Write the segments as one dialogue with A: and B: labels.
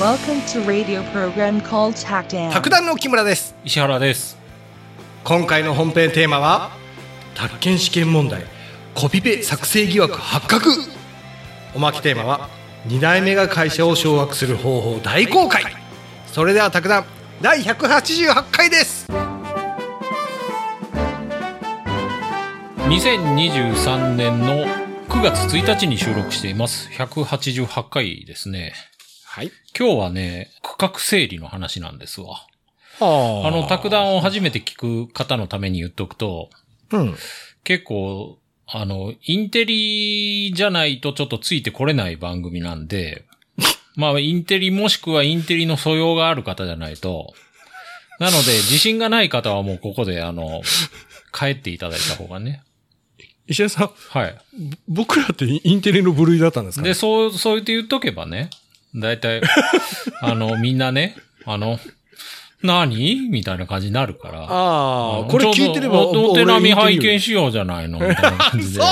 A: Welcome to radio program called Hack
B: 卓
A: Down.
B: 談の木村です
C: 石原です
B: 今回の本編テーマは宅建試験問題コピペ作成疑惑発覚おまけテーマは2代目が会社を掌握する方法大公開それでは卓談第188回です
C: 2023年の9月1日に収録しています188回ですね
B: はい
C: 今日はね区画整理の話なんですわ
B: は
C: あの卓談を初めて聞く方のために言っとくと
B: うん
C: 結構あのインテリじゃないとちょっとついてこれない番組なんでまあインテリもしくはインテリの素養がある方じゃないとなので自信がない方はもうここであの帰っていただいた方がね
B: 石田さん
C: はい
B: 僕らってインテリの部類だったんです
C: で、そう、そう言って言っとけばね、大 体、あの、みんなね、あの、何みたいな感じになるから。
B: あ
C: の
B: あこれ
C: ちょう
B: 聞
C: ど
B: いてれば
C: おお手並み拝見
B: し
C: しようじゃないのみたい な感じで。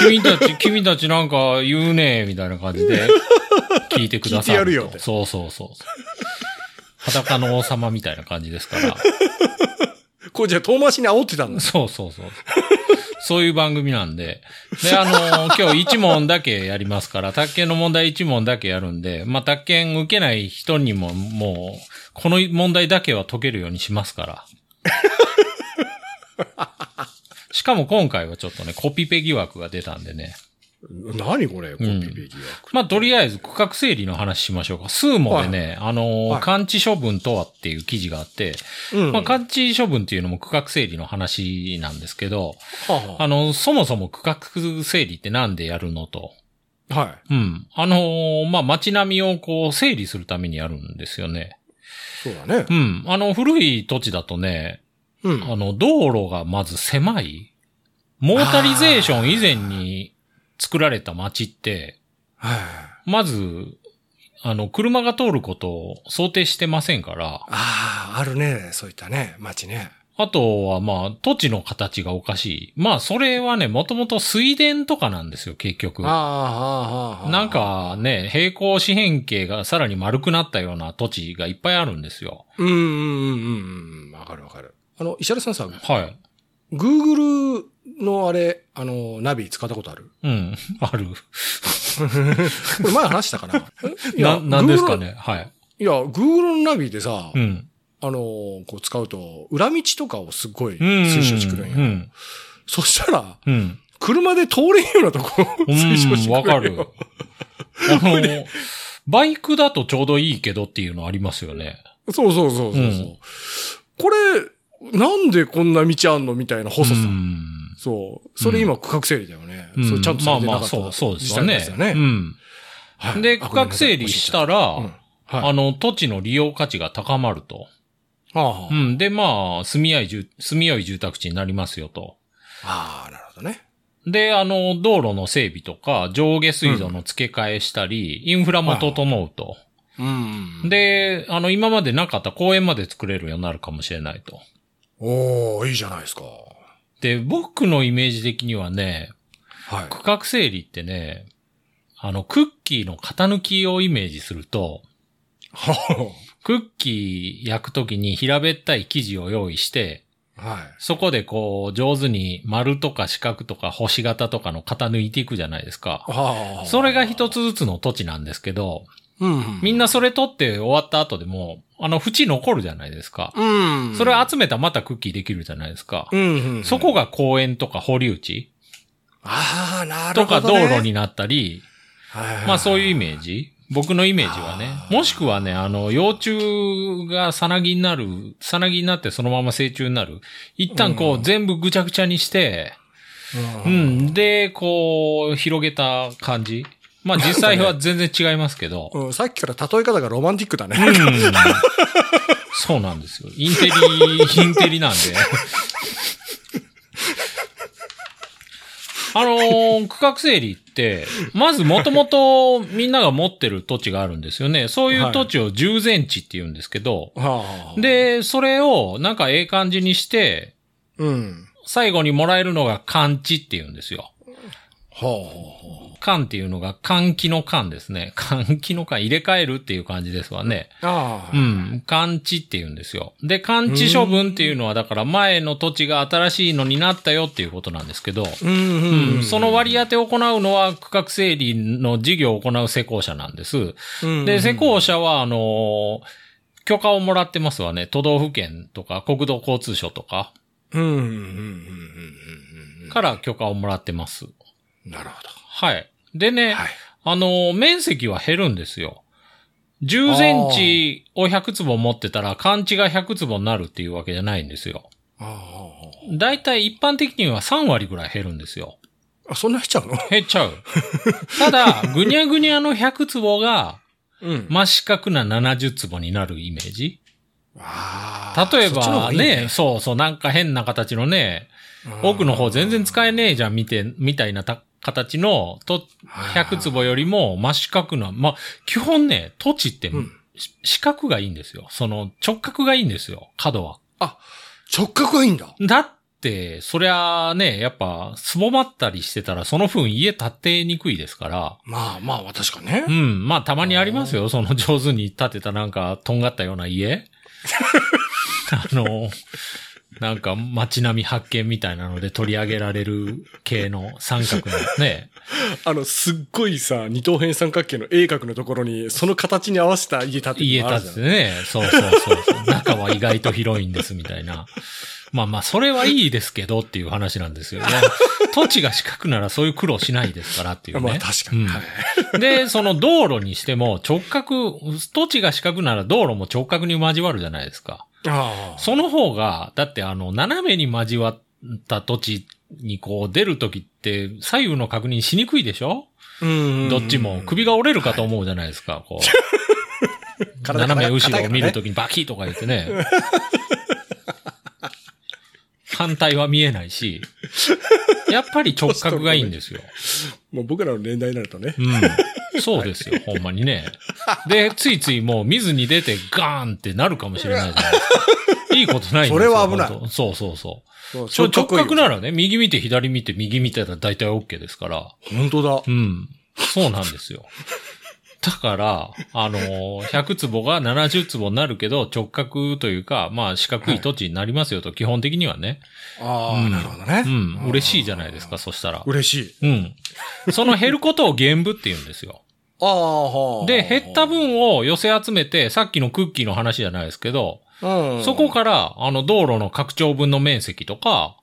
C: 君たち、君たちなんか言うねみたいな感じ で、聞いてく
B: 聞い
C: ださると。
B: てやるよって
C: そうそうそう。裸の王様みたいな感じですから。
B: これじゃあ遠回しに煽ってたんです
C: そうそうそう。そういう番組なんで。で、あのー今日1問だけやりますから、宅建の問題1問だけやるんで、まあ、宅建受けない人にももう、この問題だけは解けるようにしますから。 しかも今回はちょっとね、コピペ疑惑が出たんでね。
B: 何これコピペ疑惑
C: まあ、とりあえず区画整理の話しましょうか。スーモでね、あのー
B: はい
C: 完治処分とはっていう記事があって、
B: うん
C: まあ、完治処分っていうのも区画整理の話なんですけど、
B: はあ
C: あの、そもそも区画整理ってなんでやるのと。
B: は
C: うん。あのーまあ、街並みをこう整理するためにやるんですよね。
B: いそうだね
C: うん。あの、古い土地だとね、
B: うん
C: あの、道路がまず狭い。モータリゼーション以前に作られた街って、
B: はい
C: まず、あの、車が通ることを想定してませんから、
B: ああ、あるね。そういったね、街ね。
C: あとはまあ、土地の形がおかしい。まあ、それはね、もともと水田とかなんですよ、結局。
B: ああ、ああ、ああ。
C: なん、かね、平行四辺形がさらに丸くなったような土地がいっぱいあるんですよ。
B: うん、うん、うん、うん。わかるわかる。あの、石原さんさ、
C: はい。
B: Google のあれ、あの、ナビ使ったことある
C: うん。 ある。
B: これ前話したか ない
C: な、
B: や
C: なんですかね。はい。
B: Google いや、Google のナビでさ、
C: うん。
B: あの、こう使うと、裏道とかをすっごい
C: うん。
B: 推奨してくるんや。
C: うん。
B: そしたら、
C: うん。
B: 車で通れんようなとこを
C: う
B: 推奨して
C: ん。
B: くれんよ
C: わかる。あの、バイクだとちょうどいいけどっていうのありますよね。
B: そうそうそうそうそう、
C: うん
B: これ、なんでこんな道あんのみたいな細
C: う
B: さ。
C: ん。
B: そう。それ今、区画整理だよね。
C: うん
B: それちゃんと
C: ま
B: さ
C: あ
B: れて
C: ま
B: な
C: あ、
B: かった
C: そ
B: 自
C: う、そうです
B: 治体
C: よ
B: の
C: ね
B: やつだ。
C: う
B: ね。
C: ん。
B: はい
C: で、
B: あ
C: 区
B: ごめんな
C: 画
B: さい
C: 整理した
B: う
C: ら
B: ん、はい。
C: あの、土地の利用価値が高まると。
B: ああ
C: う、ん。で、まあ、住み合い住、住みよい住宅地になりますよと。
B: ああ、なるほどね。
C: で、あの、道路の整備とか、上下水道の付け替えしたり、インフラも整うと。
B: うん。、
C: で、あの、今までなかった公園まで作れるようになるかもしれないと。
B: おおいいじゃないですか。
C: で、僕のイメージ的にはね、
B: はい。
C: 区画整理ってね、あの、クッキーの型抜きをイメージすると、クッキー焼くときに平べったい生地を用意して、
B: はい。
C: そこでこう、上手に丸とか四角とか星型とかの型抜いていくじゃないですか。
B: ああ。
C: それが一つずつの土地なんですけど、
B: うん。
C: みん
B: な、
C: なそれ取って終わった後でも、あの、縁残るじゃないですか。
B: うん。
C: それを集めたらまたクッキーできるじゃないですか
B: う。ん、うん。
C: そこが公園とか保留地
B: ああ、なる
C: と
B: ほ
C: か
B: ど、
C: 道
B: ね。
C: 路になったり、
B: はいはい。
C: まあそういうイ
B: 味。
C: メージ僕のイメージはね。もしくはね、あの、幼虫がさなぎになる、さなぎになってそのまま成虫になる。一旦こ
B: う
C: う全部ぐちゃぐちゃにして、う
B: うん。
C: ん、で、こう、広げた感じ。まあ実際は全然違いますけど。
B: うんさっきから例え方がロマンティックだね。
C: うんそうなんですよ。インテリ、インテリなんで。あのー区画整理って、まずもともとみんなが持ってる土地があるんですよね。そういう土地を従前地って言うんですけど、
B: はあ、、
C: で、それをなんかええ感じにして、
B: うん。
C: 最後にもらえるのが勘地って言うんですよ。
D: ほうほうほう。
C: 換っていうのが換気の換ですね。換気の換、入れ替えるっていう感じですわね。
D: ああ。
C: うん。換地って言うんですよ。で、換地処分っていうのは、だから前の土地が新しいのになったよっていうことなんですけど、
D: うんうん
C: う
D: うんん。
C: その割り当てを行うのは区画整理の事業を行う施工者なんです。
D: うん
C: で、施工者は、あのー許可をもらってますわね。都道府県とか国土交通省とか
D: うんうんうんうんうんうん
C: から許可をもらってます。
D: うん。なるほ
C: はい。でね、
D: ど。はい。
C: あのー面積は減るんですよ。10センチを100坪持ってたら、勘地が100坪になるっていうわけじゃないんですよ。
D: ああ。
C: だいたい一般的には3割ぐらい減るんですよ。
D: あ、そんな減っちゃうの
C: 減っちゃう。ただ、ぐにゃぐにゃの100坪が、
D: うん
C: 真四角な70坪になるイメージ
D: ああ
C: 例え
D: そっちの方
C: ば
D: が
C: ね
D: いい
C: そうそう、なんか変な形のね、奥の方全然使えねえじゃん、見て、みたいなた形の、と、
D: はい
C: 100坪よりも真四角な、まあ、基本ね、土地って、
D: うん
C: し四角がいいんですよ。その直角がいいんですよ、角は。
D: 直角がいいんだ。
C: だって、そりゃね、やっぱ、すぼまったりしてたら、その分家建てにくいですから。
D: まあまあ、確かね
C: う。ん。まあ、たまにありますよ。その上手に建てたなんか、とんがったよう な家。あの、なんか街並み発見みたいなので取り上げられる系の三角のね。
D: あの、すっごいさ、二等辺三角形の鋭角のところに、その形に合わせた家建て
C: 家
D: るのあ
C: 建
D: るじゃ
C: て
D: ん
C: てね。そうそうそうそう。中は意外と広いんですみたいな。まあまあ、それはいいですけどっていう話なんです よね。土地が四角ならそういう苦労しないですからっていうね。
D: まあ確かに。
C: うん
D: はい
C: で、その道路にしても直角、土地が四角なら道路も直角に交わるじゃないですか。
D: ああ。
C: その方が、だってあの、斜めに交わった土地にこう出るときって左右の確認しにくいでしょ
D: うん
C: どっちも首が折れるかと思うじゃないですか、こう。
D: 体
C: 斜
D: が
C: め
D: 硬い
C: 後ろを見る
D: 硬
C: ときにバキッとか言ってね。 反対は見えないし、やっぱり直角がいいんですよ。
D: もう僕らの年代になるとね。
C: うん。そうですよ、ほんまにね。で、ついついもう見ずに出てガーンってなるかもしれないじゃないですか。いいことないんですよ。
D: それは危ない
C: 本当そうそうそう。
D: 直
C: ちょ直角な
D: ら。
C: らね、右見て左見て右見てたら大体 OK ですから。
D: 本当だ
C: う。ん。そうなんですよ。だから、あのー100坪が70坪になるけど、直角というか、まあ四角い土地になりますよと、基本的にはね。
D: あ
C: う
D: あ、
C: ん
D: なるほどね
C: う。ん。嬉しいじゃないですか、そしたら。
D: 嬉しい。
C: うん。その減ることを減部って言うんですよ。
D: ああ、はあ
C: で、減った、分を寄せ集めて、さっきのクッキーの話じゃないですけど、
D: うん
C: そこ、から、あの、道路の拡張分の面積とか、
D: はい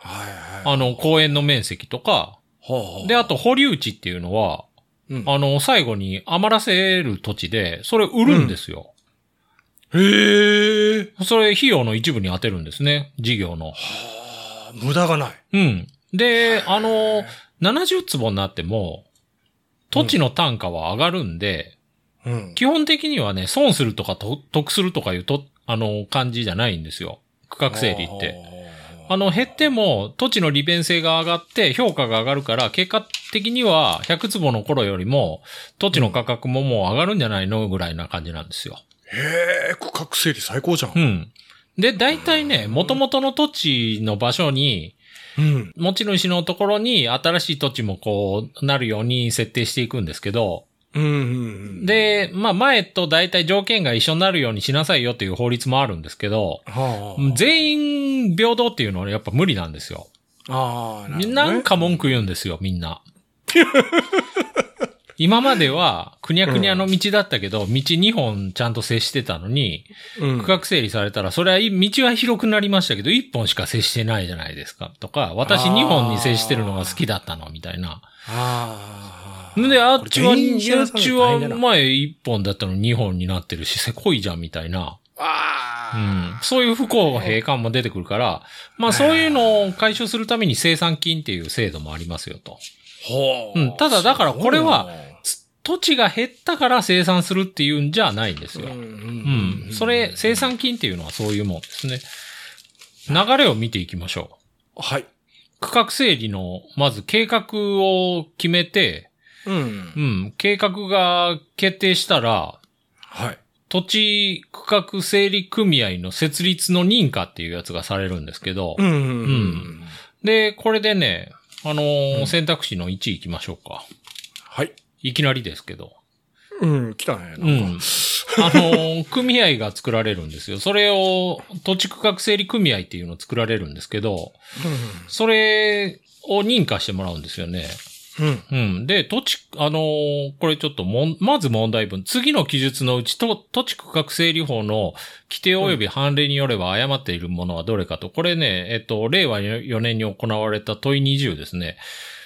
D: はい。
C: あの、公園の面積とか、
D: は
C: で、あと、保留地っていうのは、
D: うん
C: あの、最後に余らせる土地で、それ売るんですよ。
D: へえ。
C: それ、費用の一部に当てるんですね、事業の。
D: はあ、無駄がない。
C: うん。で、あの、70坪になっても、土地の単価は上がるんで、
D: うん。
C: 基本的にはね、損するとかと得するとかいうと、あの、感じじゃないんですよ。区画整理って。
D: あ
C: あの、減っても土地の利便性が上がって評価が上がるから、結果的には100坪の頃よりも土地の価格ももう上がるんじゃないのぐらいな感じなんですよ。
D: へえ、区画整理最高じゃん
C: う。ん。で、大体ね、元々の土地の場所に、
D: うん。
C: 持ち主のところに新しい土地もこう、なるように設定していくんですけど、
D: うんうん。、
C: で、まあ前と大体条件が一緒になるようにしなさいよという法律もあるんですけど、
D: は
C: 全員平等っていうのはやっぱ無理なんですよ。
D: あ。ああ、るほどね
C: なん、か文句言うんですよ、みんな。 今までは、くにゃくにゃの道だったけど、道2本ちゃんと接してたのに、
D: うん
C: 区画整理されたら、それは道は広くなりましたけど、1本しか接してないじゃないですか、とか、私2本に接してるのが好きだったの、みたいな。
D: ああ。
C: で、あっちは、あ
D: これ全員知ら
C: っ
D: さない
C: ち
D: と大
C: は
D: 変だな
C: 前1本だったのに2本になってるし、せこいじゃん、みたいな。う
D: あ
C: ん、そういう不公平感も出てくるから、まあそういうのを解消するために生産金っていう制度もありますよと。
D: あ。ほ
C: うんただだからこれは、つ土地が減ったから生産するっていうんじゃないんです
D: すご
C: よ。
D: いなう
C: うんん。それ、生。産金っていうのはそういうもんですね。流れを見ていきましょ
D: はい。
C: う。区画整理の、まず計画を決めて、
D: う。
C: うんん、計画が決定したら、
D: はい。
C: 土地区画整理組合の設立の認可っていうやつがされるんですけど、
D: ん。
C: で、これでね、あのー選択肢の1行きましょうか。
D: はい。
C: いきなりですけど。
D: うん、来たね。
C: うん。あのー 組合が作られるんですよ。それを、土地区画整理組合っていうのを作られるんですけど、それを認可してもらうんですよね。
D: うん。うん。
C: うん。で、土地、あのーこれちょっともん、まず問題文。次の記述のうち、と土地区画整理法の規定及び判例によれば誤っているものはどれかと。これね、えっと、令和4年に行われた問い20ですね。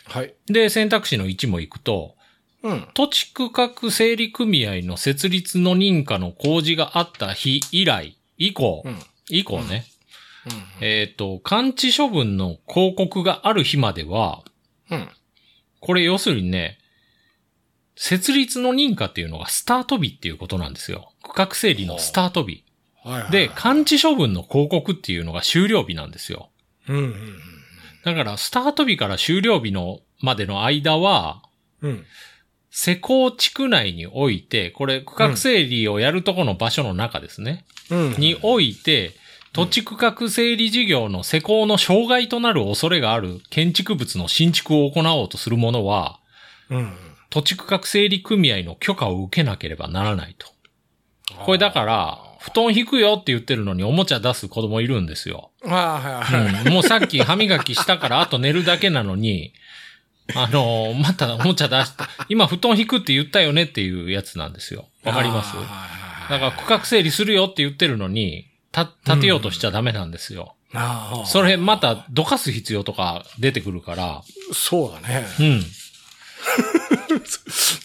D: はい。
C: で、選択肢の1も行くと、
D: うん。
C: 土地区画整理組合の設立の認可の公示があった日以来、以降、
D: うん。うん。
C: 以降ね、
D: え
C: えっと、完治処分の広告がある日までは、
D: うん。
C: これ要するにね、設立の認可っていうのがスタート日っていうことなんですよ。区画整理のスタート日。
D: はいはい。
C: で、完治処分の広告っていうのが終了日なんですよ。
D: うん。うん。
C: だから、スタート日から終了日の、までの間は、
D: うん。
C: 施工地区内において、これ区画整理をやるとこの場所の中ですね。
D: うん。
C: において、土地区画整理事業の施工の障害となる恐れがある建築物の新築を行おうとする者は、
D: うん。
C: 土地区画整理組合の許可を受けなければならないと。これだから、布団引くよって言ってるのにおもちゃ出す子供いるんですよ。
D: あーはいはい。
C: うん、もうさっき歯磨きしたからあと寝るだけな のに、あのーまたおもちゃ出した。今布団引くって言ったよねっていうやつなんですよ。わかります
D: あー
C: だ
D: はいはい
C: から区画整理するよって言ってるのに、た、立てようとしちゃダメなんですよ。
D: あー
C: それまたどかす必要とか出てくるから、
D: そうだね。
C: うん。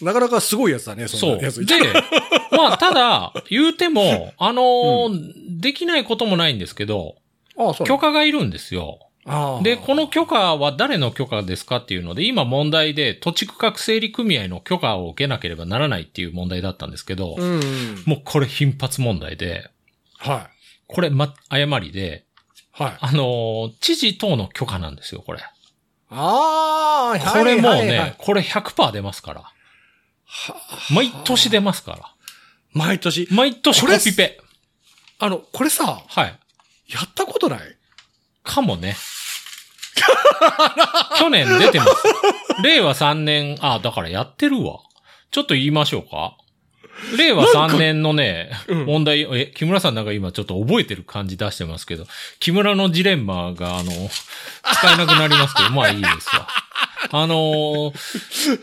D: なかなかすごいやつだね、
C: そ。
D: そうの
C: で
D: やつ。、
C: まあ、ただ、言うても、あのーできないこともないんですけど、
D: ああ、そう
C: 許可がいるんですよ。
D: 可
C: で、この許可は誰の許可ですかっていうので、今問題で土地区画整理組合の許可を受けなければならないっていう問題だったんですけど、
D: うんうん。
C: もうこれ頻発問題で、
D: は
C: これま、誤りで、
D: い。はい。
C: あのー知事等の許可なんですよ、これ。
D: ああ、
C: これもうね、
D: はいはいはい
C: これ100%出ますから。
D: は
C: 毎年出ますから。
D: 毎年。
C: 毎年コ
D: これ
C: ピペ。
D: あの、これさ、
C: はい。
D: やったことない
C: かもね。去年出てます。令和3年、あ、だからやってるわ。ちょっと言いましょうか。令和3年のね、
D: うん
C: 問題、え、木村さんなんか今ちょっと覚えてる感じ出してますけど、木村のジレンマが、あの、使えなくなります けど、まあいいですわ。あのー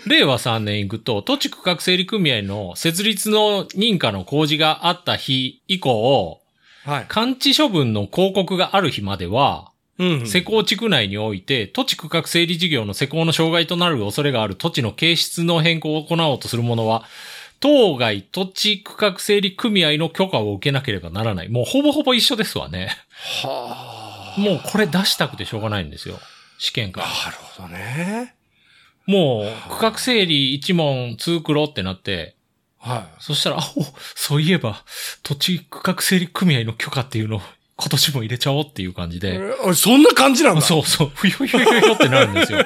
C: 令和3年行くと、土地区画整理組合の設立の認可の公示があった日以降、
D: はい。
C: 完治処分の広告がある日までは、
D: うん
C: 施工地区内において、土地区画整理事業の施工の障害となる恐れがある土地の形質の変更を行おうとする者は、当該土地区画整理組合の許可を受けなければならない。もうほぼほぼ一緒ですわね。
D: はあ。
C: もうこれ出したくてしょうがないんですよ。試験
D: な
C: から。
D: るほどね。
C: もう、区画整理一問通黒ってなって、
D: は
C: そしたら、あ、お、そういえば、土地区画整理組合の許可っていうのを今年も入れちゃおうっていう感じ
D: い。
C: で。
D: えあそんな感じなんだ。
C: そうそう。ふよふよふよふよってなるんで すよ。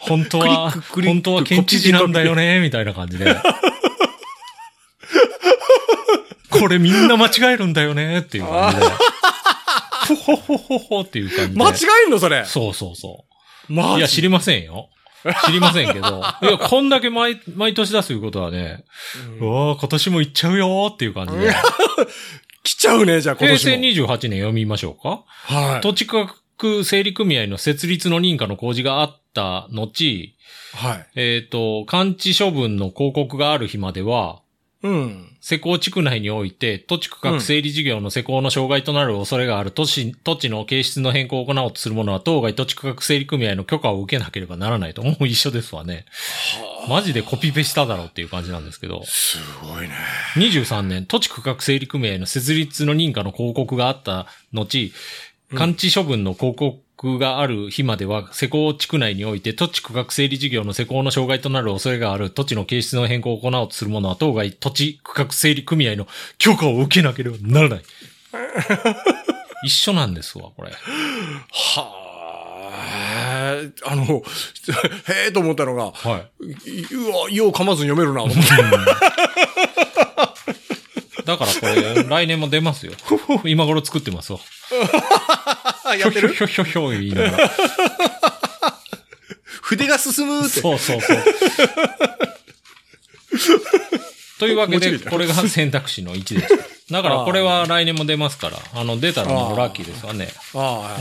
C: 本当は、
D: クリッククリック
C: 本当は県知事なんだよね、みたいな感じ で。これみんな間違えるんだよね、っていう感じで。ほほほほほっていう感じで。
D: 間違えんのそれ。
C: そうそうそ
D: マ
C: う。
D: ジ
C: いや、知りませんよ。知りません けど。いや、こんだけ毎、毎年出すいうことはね、うわー今年も行っちゃうよーっていう感じで。
D: 来ちゃうね、じゃあ今
C: 平
D: 年も。
C: 成28年読みましょうか。
D: はい。
C: 土地区画整理組合の設立の認可の公示があった後、
D: はい。
C: えっ、と、完治処分の広告がある日までは、
D: うん。
C: 施工地区内において、土地区画整理事業の施工の障害となる恐れがある都市、土地の形質の変更を行おうとする者は、当該土地区画整理組合の許可を受けなければならないと、もう一緒ですわね。マジでコピペしただろうっていう感じなんですけど。
D: すごいね。
C: 23年、土地区画整理組合の設立の認可の広告があった後、完治処分の広告がある日までは、施工地区内において土地区画整理事業の施工の障害となる恐れがある土地の形質の変更を行おうとする者は、当該土地区画整理組合の許可を受けなければならない。一緒なんですわ、これ。
D: はあ。あの、 へえと思ったのが、
C: はい。
D: いうわ、よう噛まずに読めるな、と思って。
C: だからこれ、来年も出ますよ。今頃作ってますわ。
D: やってる
C: ひょひょひょひょ言いながら。
B: 筆が進むって。
C: そうそ うそう。というわけ
B: 面白
C: で、
B: いな
C: これが選択肢の1です。だからこれは来年も出ますから、あの、出たらもうラッキーですわね。
B: あ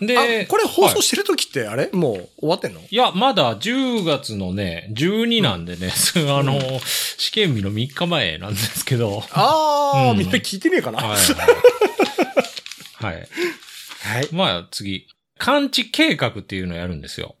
B: あ、
C: で、
B: あこれ放
C: は
B: 送してる時ってあれ、もう終わってんの
C: い、いや、まだ10月のね、12なんでね、あの、試験日の3日前なんですけど、
B: ああ、
C: うん
B: みんな聞いてねえかな。
C: は。
B: はい
C: はい。
B: い。
C: まあ次。完治計画っていうのをやるんですよ。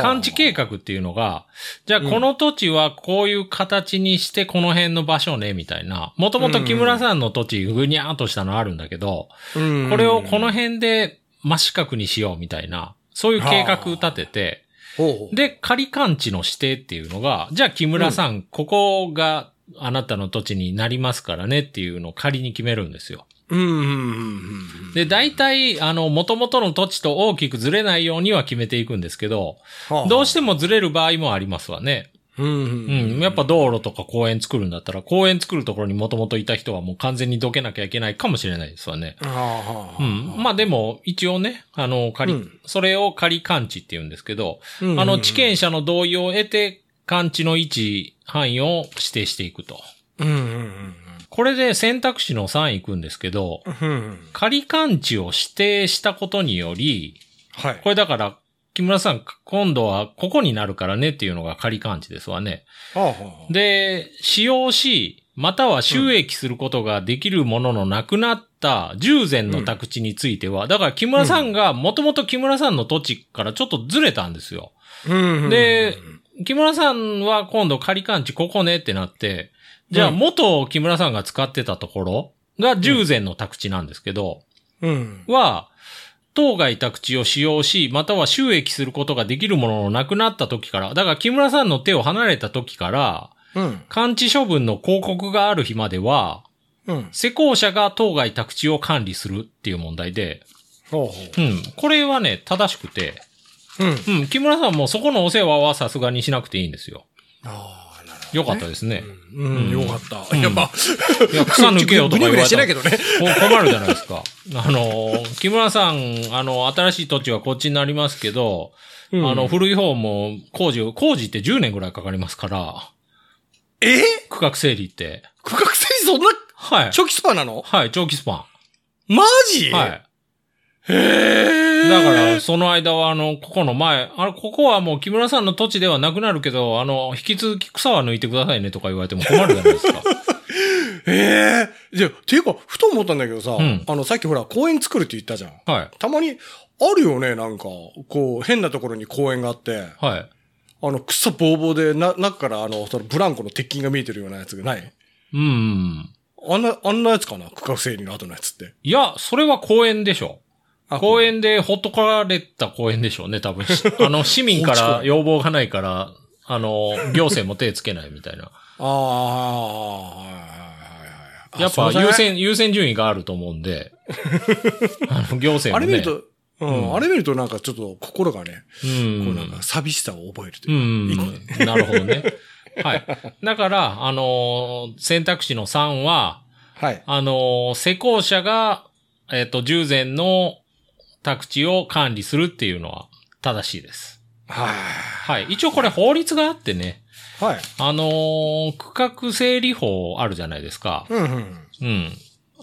C: 完治計画っていうのが、じゃあ
B: うん
C: この土地はこういう形にしてこの辺の場所ね、みたいな。もともと木村さんの土地、ぐにゃーっとしたのあるんだけど、
B: うん
C: これをこの辺で真四角にしようみたいな、そういう計画立てて、
B: ほうほう
C: で、仮勘地の指定っていうのが、じゃあ木村さん、ここがあなたの土地になりますからねっていうのを仮に決めるんですよ。
B: うんうんうんうん。
C: で、大体、あの、元々の土地と大きくずれないようには決めていくんですけど、
B: はあ
C: どうしてもずれる場合もありますわね。
B: うんう
C: うんん。やっぱ道路とか公園作るんだったら、公園作るところにもともといた人はもう完全にどけなきゃいけないかもしれないですわね。
B: はあはあ
C: うん。まあでも、一応ね、あの、仮、
B: うん
C: それを仮感知って言うんですけど、
B: うん
C: あの、地権者の同意を得て、感知の位置、範囲を指定していくと。
B: うんうんうん
C: これで選択肢の3行くんですけど、
B: うんうん
C: 仮感知を指定したことにより、
B: はい
C: これだから、木村さん、今度はここになるからねっていうのが仮感知ですわね。
B: はあはあ
C: で、使用し、または収益することができるもののなくなった従前の宅地については、だから木村さんが、もともと木村さんの土地からちょっとずれたんですよ。
B: うんうん
C: で木村さんは今度仮勘地ここねってなって、じゃあ
B: うん
C: 元木村さんが使ってたところが従前の宅地なんですけど、
B: うん
C: は、当該宅地を使用し、または収益することができるもののなくなった時から、だから木村さんの手を離れた時から、
B: うん
C: 完治処分の広告がある日までは、
B: うん
C: 施工者が当該宅地を管理するっていう問題で、
B: ほうほ
C: うん、これはね、正しくて、
B: ううん
C: うん、木村さんもそこのお世話はさすがにしなくていいんですよ。
B: ああなるほ
C: よかったですね。
B: どうんよかったいや まあ
C: いや、草抜けよとか言わ
B: ブリブ
C: れた
B: リして ないけどね
C: こう困るじゃないですか。あの、木村さん、あの、新しい土地はこっちになりますけど、
B: うん
C: あの、古い方も工事を、工事って10年ぐらいかかりますから、
B: え
C: 区画整理って。
B: 区画整理そんな
C: はい。
B: 長期スパンなの
C: はい、長期スパ
B: マジ
C: ン。はい。
B: へえ
C: だから、その間は、あの、ここの前、あれ、ここはもう木村さんの土地ではなくなるけど、あの、引き続き草は抜いてくださいねとか言われても困るじゃないで すか。
B: ええじゃていうかふと思ったんだけどさ
C: ん
B: あのさっきほら公園作るって言ったじゃん
C: はい。
B: たまにあるよねなんかこう変なところに公園があって
C: はい。
B: あの、草ぼうぼうで、な、中からあの、そのブランコの鉄筋が見えてるようなやつがない
C: うん。
B: あんな、あんなやつかな区画整理の後のやつって。
C: いや、それは公園でしょ。
B: あ
C: 公園でほっとかれた公園でしょう ね、多分。しあの、市民から要望がないから、あの、行政も手つけないみたいな。
B: ああ、はいはいはいはい
C: やっぱ
B: あすいま
C: 優
B: せん
C: 先、優先順位があると思うん で、あの、行政もね。
B: あれ見ると、うん、
C: うん
B: あれ見るとなんかちょっと心がね、
C: う
B: こ
C: ん
B: うなんか寂しさを覚えると
C: う
B: いうか。
C: ん。なるほどね。はい。だから、あのー選択肢の3は、
B: はい。
C: あのー施工者が、えっ、と、従前の宅地を管理するっていうのは正しいです。
B: は
C: はい。一応これ法律があってね、
B: い。はい。
C: あのー区画整理法あるじゃないですか。
B: うんうん。
C: うん。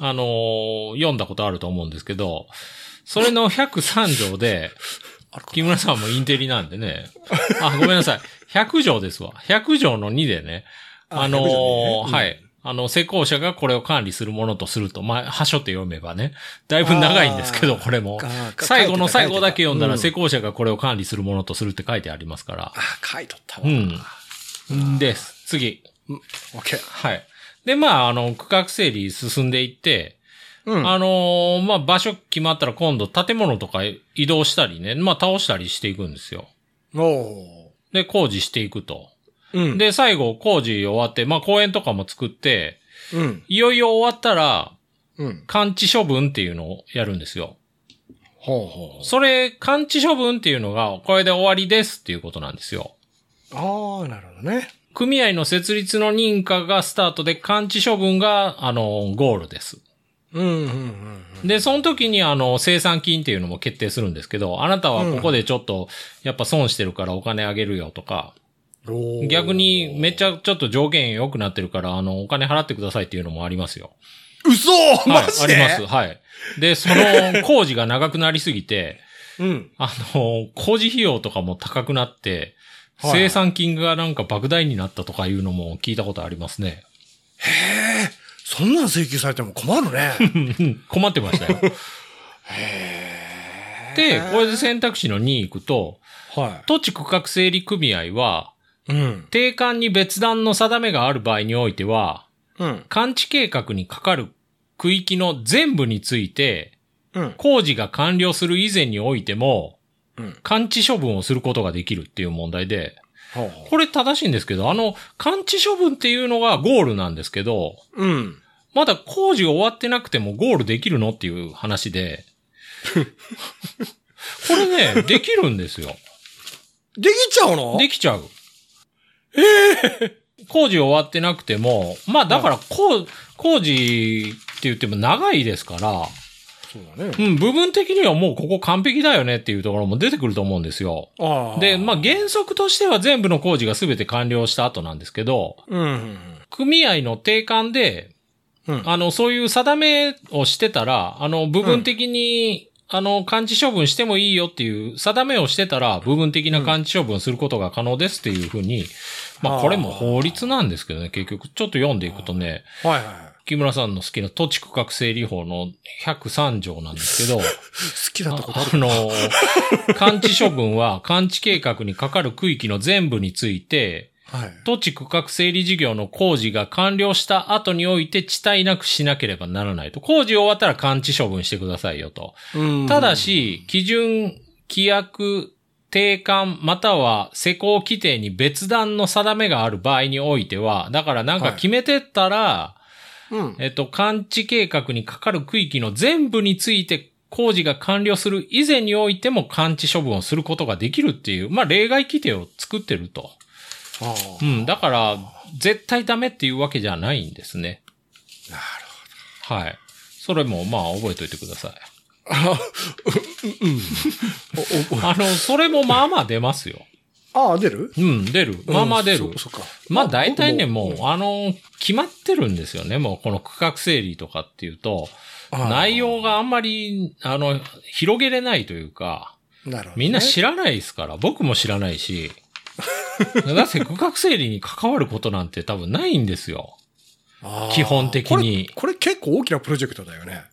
C: あのー読んだことあると思うんですけど、それの103条で、木村さんもインテリなんでね。あ、ごめんなさい。100条ですわ。100条の2でね。
B: あ
C: あのー
B: 100条ねうん
C: はい。あの、施工者がこれを管理するものとすると、まあ、はしょって読めばね。だいぶ長いんですけど、
B: あー
C: これも
B: かか。
C: 最後の最後だけ読んだ
B: う
C: ら、
B: ん
C: 施工者がこれを管理するものとするって書いてありますから
B: あ。、書いとったわ。
C: う
B: オ
C: ん。です。次。
B: ッケー。
C: はい。で、まあ、あの、区画整理進んでいって、
B: うん。
C: あのーまあ、場所決まったら今度建物とか移動したりね、まあ、倒したりしていくんですよ。
B: お
C: で、工事していくと。
B: ーうん。、
C: で、最後工事終わって、まあ、公園とかも作って、
B: うん。
C: いよいよ終わったら、
B: うん。
C: 完治処分っていうのをやるんですよ。
B: ほうほ
C: それ、完治処分っていうのが、これで終わりですっていうことなんですよ。
B: う。ああ、なるほどね。
C: 組合の設立の認可がスタートで、完治処分が、あのーゴールです。
B: うんうんうん
C: で、その時にあの、生産金っていうのも決定するんですけど、あなたはここでちょっと、やっぱ損してるからお金あげるよとか、
B: うんおー。
C: 逆にめっちゃちょっと条件良くなってるから、あの、お金払ってくださいっていうのもありますよ。
B: 嘘
C: はい
B: マジ
C: あ
B: で
C: ります。はい。で、その 工事が長くなりすぎて、
B: うん。
C: あの、工事費用とかも高くなって、
B: はい
C: 生産金がなんか莫大になったとかいうのも聞いたことありますね。
B: そんなん請求されても困るね。
C: うん困ってましたよ。で、これで選択肢の2行くと、
B: は
C: 土地区画整理組合は、
B: い。うん。
C: 定款に別段の定めがある場合においては、
B: うん。
C: 完治計画にかかる区域の全部について、
B: うん。
C: 工事が完了する以前においても、
B: うん。
C: 完治処分をすることができるっていう問題で、
B: ほう
C: これ正しいんですけど、あの、完治処分っていうのがゴールなんですけど、
B: うん。
C: まだ工事終わってなくてもゴールできるのっていう話で、これね、できるんですよ。
B: できちゃうの
C: できちゃう。ええ工事終わってなくても、まあだから工、工事って言っても長いですから、
B: そうだね。
C: うん、部分的にはもうここ完璧だよねっていうところも出てくると思うんですよ。
B: ああ。
C: で、まあ原則としては全部の工事が全て完了した後なんですけど、
B: うんうん
C: 組合の定款で、
B: うん。うん。
C: あの、そういう定めをしてたら、あの、部分的に、あの、完治処分してもいいよっていう定めをしてたら、部分的な完治処分することが可能ですっていうふうに、ま
B: あ
C: あ、
B: ー
C: これも法律なんですけどね、結局、ちょっと読んでいくとね、
B: はいはい。
C: 木村さんの好きな土地区画整理法の103条なんで すけど、
B: 好きだったことあ
C: あ
B: る。
C: あの、 完治処分は、完治計画にかかる区域の全部について、
B: はい。
C: 土地区画整理事業の工事が完了した後において地帯なくしなければならないと。工事終わったら完治処分してくださいよと。
B: うん
C: ただ、し、基準、規約、定款、または施行規定に別段の定めがある場合においては、だからなん
B: は
C: か
B: い
C: 決めてったら、
B: うん。
C: えっと、完治計画にかかる区域の全部について工事が完了する以前においても完治処分をすることができるっていう、まあ例外規定を作ってると。
B: ああ
C: うん、だから、絶対ダメっていうわけじゃないんですね。
B: なる
C: はい。それも、まあ、覚えておいてくだ さい。
B: ほど。
C: あの、それもまあまあ出ますよ。
B: おおああ、出る
C: うん、出る。まあまあ出る。
B: うんそそっか。
C: まあ大体ね、もう、
B: ん
C: あの、決まってるんですよね。もう、この区画整理とかっていうと、内容があんまり、あの、広げれないというか、
B: なるほどね
C: みんな知らないですから、僕も知らないし。 だって区画整理に関わることなんて多分ないんですよ。
B: ああ
C: 基本的に
B: これ。これ結構大きなプロジェクトだよね。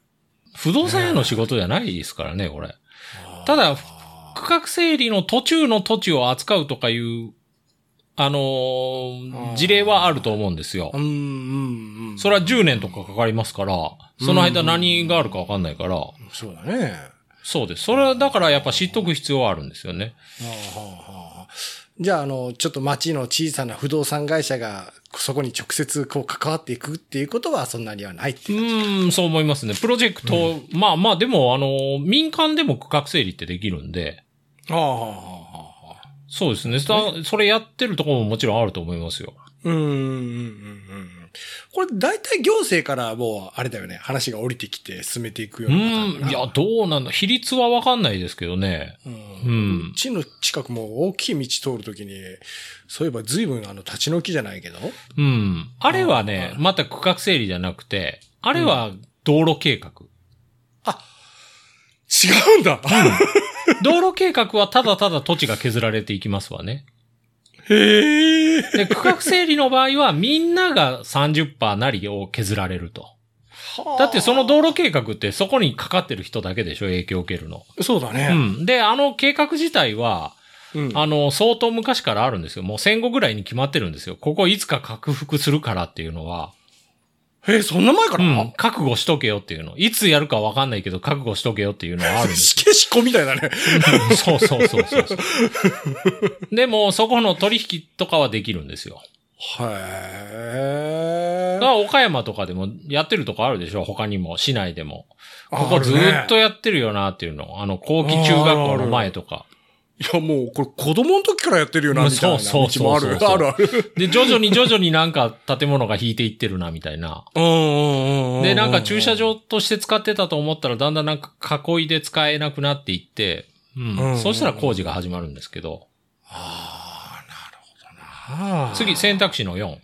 C: 不動産屋の仕事じゃないですからね、これ。
B: ああ
C: ただ
B: あ
C: 区画整理の途中の土地を扱うとかいう、あのー
B: あー
C: 事例はあると思うんですよ
B: あう。んうんうん。
C: それは10年とかかかりますから、その間何があるかわかんないから、
B: そうだね。
C: そうです。それはだからやっぱ知っとく必要はあるんですよね。
B: ああはあはあじゃあ、あの、ちょっと町の小さな不動産会社が、そこに直接こう関わっていくっていうことはそんなにはないって
C: う
B: いう。
C: ーん、そう思いますね。プロジェクト、まあまあでも、あのー民間でも区画整理ってできるんで、
B: ああ、はあはあはあ
C: そうですね。そそれやってるところももちろんあると思いますよ。
B: うん、うん、うん、うん。これ大体行政からもう、あれだよね、話が降りてきて進めていくよ
C: う
B: うなパターン
C: ん、
B: だない
C: や、どうなんだ。比率はわかんないですけどね。
B: う
C: うんん。
B: うちの近くも大きい道通るときに、そういえば随分あの、立ち退きじゃないけど、
C: うん。あれはね
B: う、ん
C: また区画整理じゃなくて、あれは道路計画。
B: 違うんだ
C: 道路計画はただただ土地が削られていきますわね。
B: へえ。
C: で、区画整理の場合はみんなが30%なりを削られると。だってその道路計画ってそこにかかってる人だけでしょ、影響を受けるの。
B: そうだ
C: う
B: ね。
C: ん。で、あの計画自体は、
B: うん
C: あの、相当昔からあるんですよ。もう戦後ぐらいに決まってるんですよ。ここいつか克服するからっていうのは。
B: え、そんな前か
C: う
B: ら、
C: ん。覚悟しとけよっていうの。いつやるかわかんないけど、覚悟しとけよっていうのはあるんです
B: 死刑執行みたいだね。
C: よ。 そうそうそうそうそう。でも、そこの取引とかはできるんですよ。
B: へ
C: だか
B: ー
C: ら岡山とかでもやってるとこあるでしょ他にも、市内でも。こ
B: あ
C: こ
B: る
C: ず
B: ね
C: ーっとやってるよなっていうの。あの、後期中学校の前とか。
B: いや、もう、これ子供の時からやってるよな、
C: まあ
B: みたいな
C: そうそう
B: 道もあ
C: そう
B: る。
C: そう
B: あるある。
C: で、徐々に徐々になんか建物が引いていってるな、みたいな。
B: うんうんうう
C: で、なんか駐車場として使ってたと思ったら、だんだんなんか囲いで使えなくなっていって、うん
B: うん
C: そうしたら工事が始まるんですけど、
B: ああ、なるほどな。
C: 次、選択肢の4。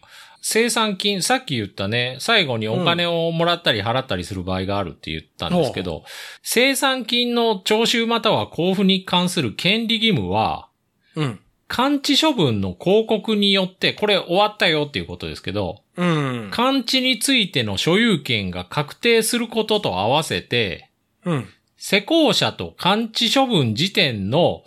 C: 生産金、さっき言ったね、最後にお金をもらったり払ったりする場合があるって言ったんですけど、生産金の徴収または交付に関する権利義務は、
B: うん。
C: 完治処分の広告によって、これ終わったよっていうことですけど、
B: うん。
C: 完治についての所有権が確定することと合わせて、
B: うん。
C: 施工者と完治処分時点の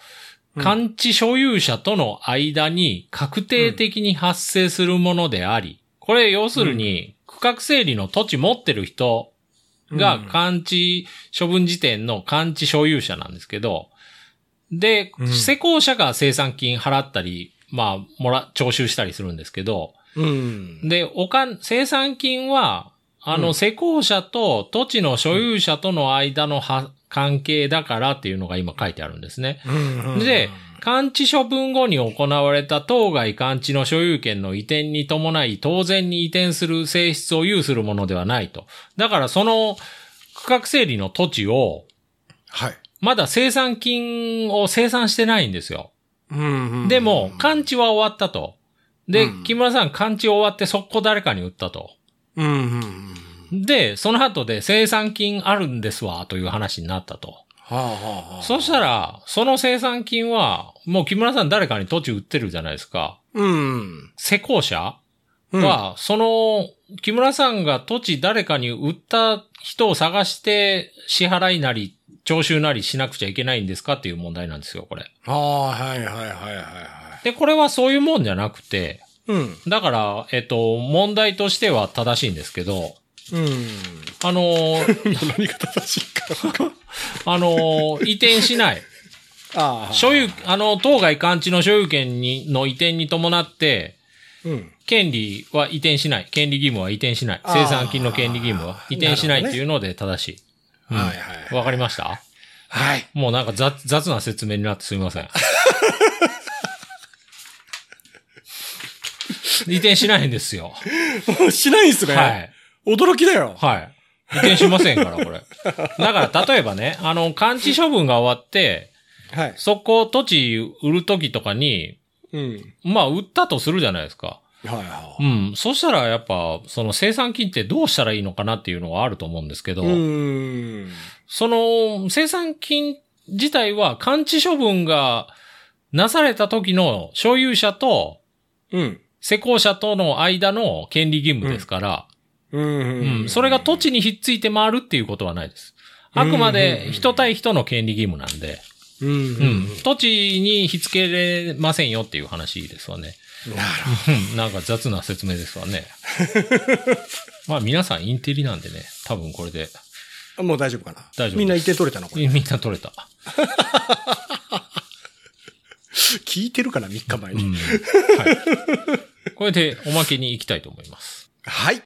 B: うん
C: 完治所有者との間に確定的に発生するものであり、これ要するに区画整理の土地持ってる人が
B: うん
C: 完治処分時点の完治所有者なんですけど、で
B: う、ん
C: 施工者が生産金払ったり、まあ、もら、徴収したりするんですけど、
B: うん。
C: で、おかん、生産金は、あ
B: う
C: の、
B: ん
C: 施工者と土地の所有者との間のは、関係だからっていうのが今書いてあるんですね。
B: うん
C: で、完治処分後に行われた当該完治の所有権の移転に伴い、当然に移転する性質を有するものではないと。だからその区画整理の土地を、
B: はい。
C: まだ生産金を生産してないんですよ。
B: うん
C: でも、完治は終わったと。で、
B: うん
C: 木村さん完治終わって速攻誰かに売ったと。
B: うんうん。
C: で、その後で生産金あるんですわ、という話になったと。
B: はあはあはあ。
C: そしたら、その生産金は、もう木村さん誰かに土地売ってるじゃないですか。
B: うん。
C: 施工者
B: うん、
C: は、その、木村さんが土地誰かに売った人を探して、支払いなり、徴収なりしなくちゃいけないんですかっていう問題なんですよ、これ。
B: ああ、はいはいはいはいはい。
C: で、これはそういうもんじゃなくて、
B: うん。
C: だから、えっと、問題としては正しいんですけど、
B: うん。
C: あのー、
B: 何が正しいか。
C: あのー、移転しない。
B: ああ。
C: 所有、あの、当該関地の所有権に、の移転に伴って、
B: うん。
C: 権利は移転しない。権利義務は移転しない。
B: あー
C: 生産金の権利義務は移転しないっていうので正しい。
B: はいはい
C: うんわかりました
B: はい。
C: もうなんか雑、雑な説明になってすみ ません。移転しないんですよ。
B: しないんすね。
C: はい。
B: 驚きだよ。
C: はい。移転しませんから、これ。だから、例えばね、あの、完治処分が終わって、
B: はい。
C: そこ土地売るときとかに、
B: うん。
C: まあ、売ったとするじゃないですか。
B: はいは
C: うん。そしたら、やっぱ、その生産金ってどうしたらいいのかなっていうのはあると思うんですけど、
B: い。うん。
C: その生産金自体は完治処分がなされた時の所有者と
B: うん。
C: 施工者との間の権利義務ですから、
B: うん。
C: うん。それが土地にひっついて回るっていうことはないです。あくまで人対人の権利義務なんで、
B: うん。うん
C: うん。土地にひっつけれませんよっていう話ですわね。
B: なる
C: うんなんか雑な説明ですわね。 まあ皆さんインテリなんでね、多分これで。
B: ほど。もう大丈夫かな。
C: 大丈夫
B: みんな一定取れたのこ
C: み
B: れ。
C: んな取れた。
B: 聞いてるから、3日前
C: うん。
B: に。
C: はい。これでおまけに行きたいと思います。
B: はい。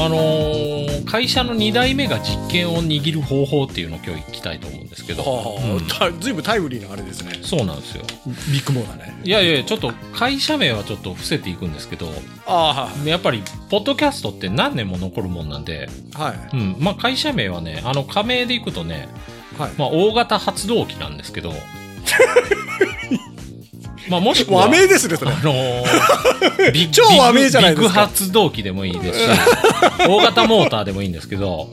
C: あのー会社の2代目が実験を握る方法っていうのを今日行きたいと思うんですけど。うん
B: はあ、ずいぶんタイムリーなあれですね。
C: そうなんですよ。
B: ビッグモーだね。
C: いやいや、ちょっと会社名はちょっと伏せていくんですけど、
B: あ
C: やっぱり、ポッドキャストって何年も残るもんなんで、
B: あ、はい。
C: うん、まあ会社名はね、あの、加盟でいくとね、
B: はい。
C: まあ、大型発動機なんです けど、まあ、もしくは、
B: 和名ですね、それ。
C: あの ービッグ
B: 超和名じゃないですか
C: ビッグ発動機でもいい ですし、大型モーターでもいいんですけど、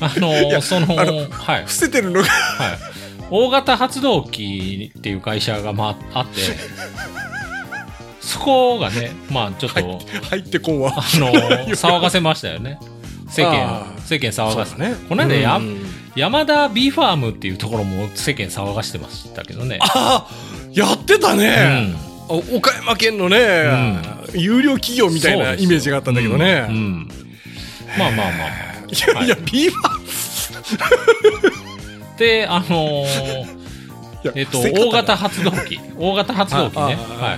C: あのーその
B: あの
C: はい、はい
B: 伏。せてるのが、
C: 大型発動機っていう会社が、まあ、あって、そこがね、まあ、ちょっと、
B: 入ってこんわ。
C: あ のー騒がせましたよね。世
B: あ
C: 間、
B: ー
C: 世間騒がせ。
B: ね
C: この間や
B: うん
C: 山田 B ファームっていうところも世間騒がしてましたけどね。
B: ああ、やってたね。
C: う
B: お岡山県のね、有料企業みたい
C: そう
B: な
C: ですよ
B: イメージがあったんだけどね。
C: ん。うんまあまあまあ
B: いやいや、ビーバ
C: まあ。で、あの ー
B: ーいや。
C: えっと、
B: 伏せ方が
C: 大型。発動機。大型発動機ね。
B: あ
C: は
B: あ
C: いは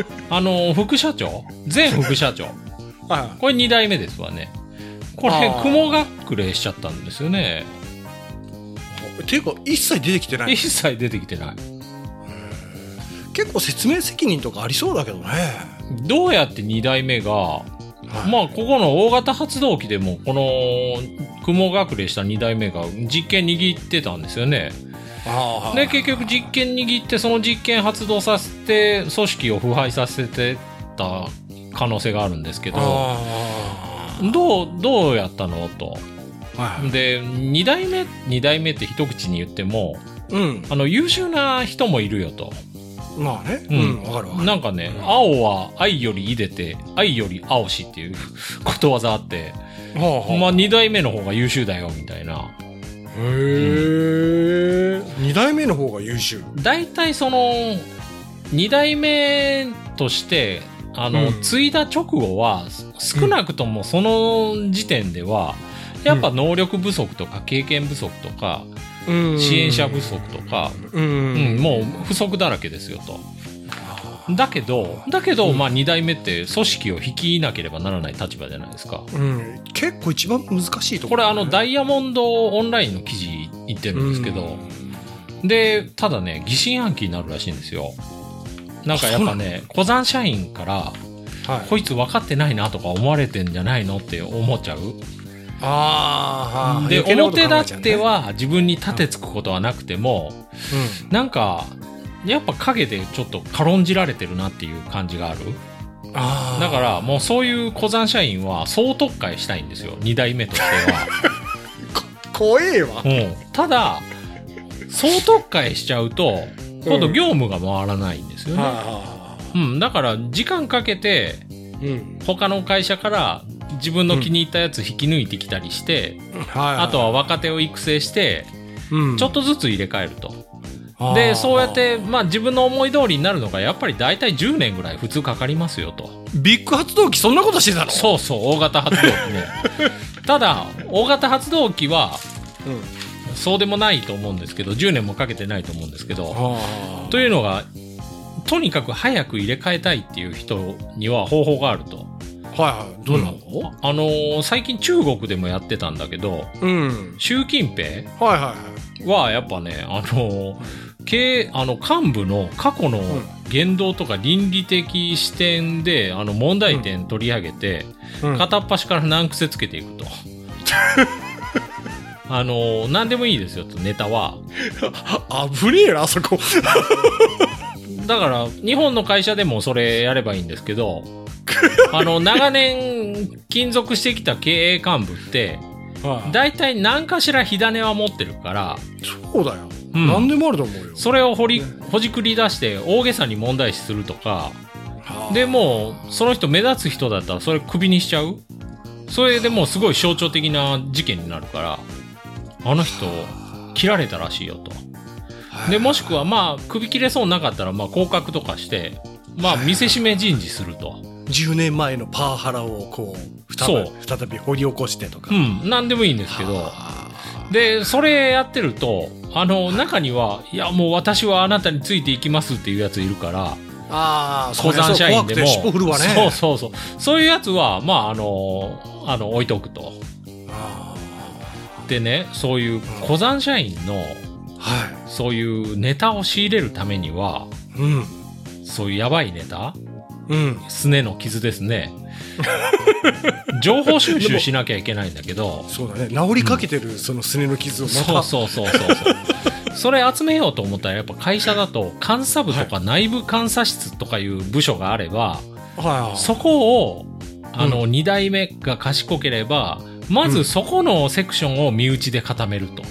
C: い。あのー副社長前副社長。
B: あ
C: これ2代目ですわね。ここれ
B: あ、ー
C: 雲隠れしちゃったんですよね。
B: ていうか一切出てきてない
C: 一切出てきてない。
B: 結構説明責任とかありそうだけどね
C: どうやって二代目が、まあ、ここの大型発動機でも、この、雲隠れした二代目が実験握ってたんですよね。
B: ああ
C: で、結局実験握って、その実験発動させて、組織を腐敗させてた可能性があるんですけど、
B: あ
C: どう、どうやったのと。
B: あはい
C: で、二代目、二代目って一口に言っても、
B: うん
C: あの、優秀な人もいるよと。
B: まあね
C: う
B: うんんわかるわかる
C: なんかね、青は愛よりいでて、愛より青しっていうことわざあって、
B: はあは
C: まあ二代目の方が優秀だよ、みたいな。
B: あへえ二代目の方が優秀
C: 大体その、二代目として、あの、
B: うん
C: 継いだ直後は、少なくともその時点では、やっぱ能力不足とか経験不足とか、支援者不足とか、
B: う
C: うん、
B: ん
C: もう不足だらけですよと。だけど、だけど、まあ、二代目って組織を率いなければならない立場じゃないですか。
B: うん結構一番難しいと
C: こ
B: こ
C: れ、
B: ろ
C: あの、ダイヤモンドオンラインの記事言ってるんですけど、で、ただね、疑心暗鬼になるらしいんですよ。なんかやっぱね、小山社員から、
B: はい
C: こいつ分かってないなとか思われてんじゃないのって思っちゃう。
B: ああ
C: で、
B: 余計なこと考
C: 表立
B: えちゃう
C: っ
B: ね
C: ては自分に立てつくことはなくても、なんか、やっぱ影でちょっと軽んじられてるなっていう感じがある。
B: うんああ
C: だからもうそういう小山社員は総特会したいんですよ2代目としては、
B: 怖えわ
C: うん、ただ総特会しちゃうと今度業務が回らないんですよね、
B: は
C: うん、だから時間かけて
B: いうん
C: 他の会社から自分の気に入ったやつ引き抜いてきたりして、
B: はい
C: あとは若手を育成して
B: うん
C: ちょっとずつ入れ替えると、
B: あー
C: でそうやって、まあ、自分の思い通りになるのがやっぱり大体10年ぐらい普通かかりますよと。
B: ビッグ発動機そんなことしてたの
C: そうそう、大型発 動機ね。ただ、大型発動機は、そうでもないと思うんですけど、10年もかけてないと思うんですけど、
B: あ
C: というのが、とにかく早く入れ替えたいっていう人には方法があると。
B: あはいはいどうなの
C: あのー最近中国でもやってたんだけど、
B: うん
C: 習近平
B: はいは
C: はやっぱね、あのー経営あの幹部の過去の言動とか倫理的視点であの問題点取り上げて、
B: いはい
C: 片っ端から難癖つけてい くと。あの何でもいいですよとネタは
B: あぶねえなあそこ
C: だから日本の会社でもそれやればいいんですけ どあの長年勤続してきた経営幹部って
B: はい
C: 大体何かしら火種は持ってるから、
B: そうだよ
C: うん
B: 何でもあると思うよ
C: それを掘りほじくり出して大げさに問題視するとか
B: はあ
C: でもうその人目立つ人だったらそれクビにしちゃうそれでもうすごい象徴的な事件になるからあの人切られたらしいよとでもしくはまあ首切れそうになかったらまあ降格とかしてまあ見せしめ人事すると
B: 10年前のパワハラをこう再
C: そう
B: び再び掘り起こしてとか
C: うん何でもいいんですけどでそれやってるとあの中にはいやもう私はあなたについていきますっていうやついるから
B: ああ
C: 登山社員でも
B: 怖くて尻尾振るわね
C: そうそうそうそういうやつはまああのあの置いとくと
B: あ
C: でねそういう登山社員の
B: あは
C: そういうネタを仕入れるためにはい
B: うん
C: そういうやばいネタ
B: うん
C: すねの傷ですね情報収集しなきゃいけないんだけど
B: そうだね治りかけてるそのすねの傷を
C: そ
B: ま
C: うそうそうそうそうそれ集めようと思ったらやっぱ会社だと監査部とか内部監査室とかいう部署があれば
B: たはいはい
C: そこをあの2代目が賢ければまずそこのセクションを身内で固めると。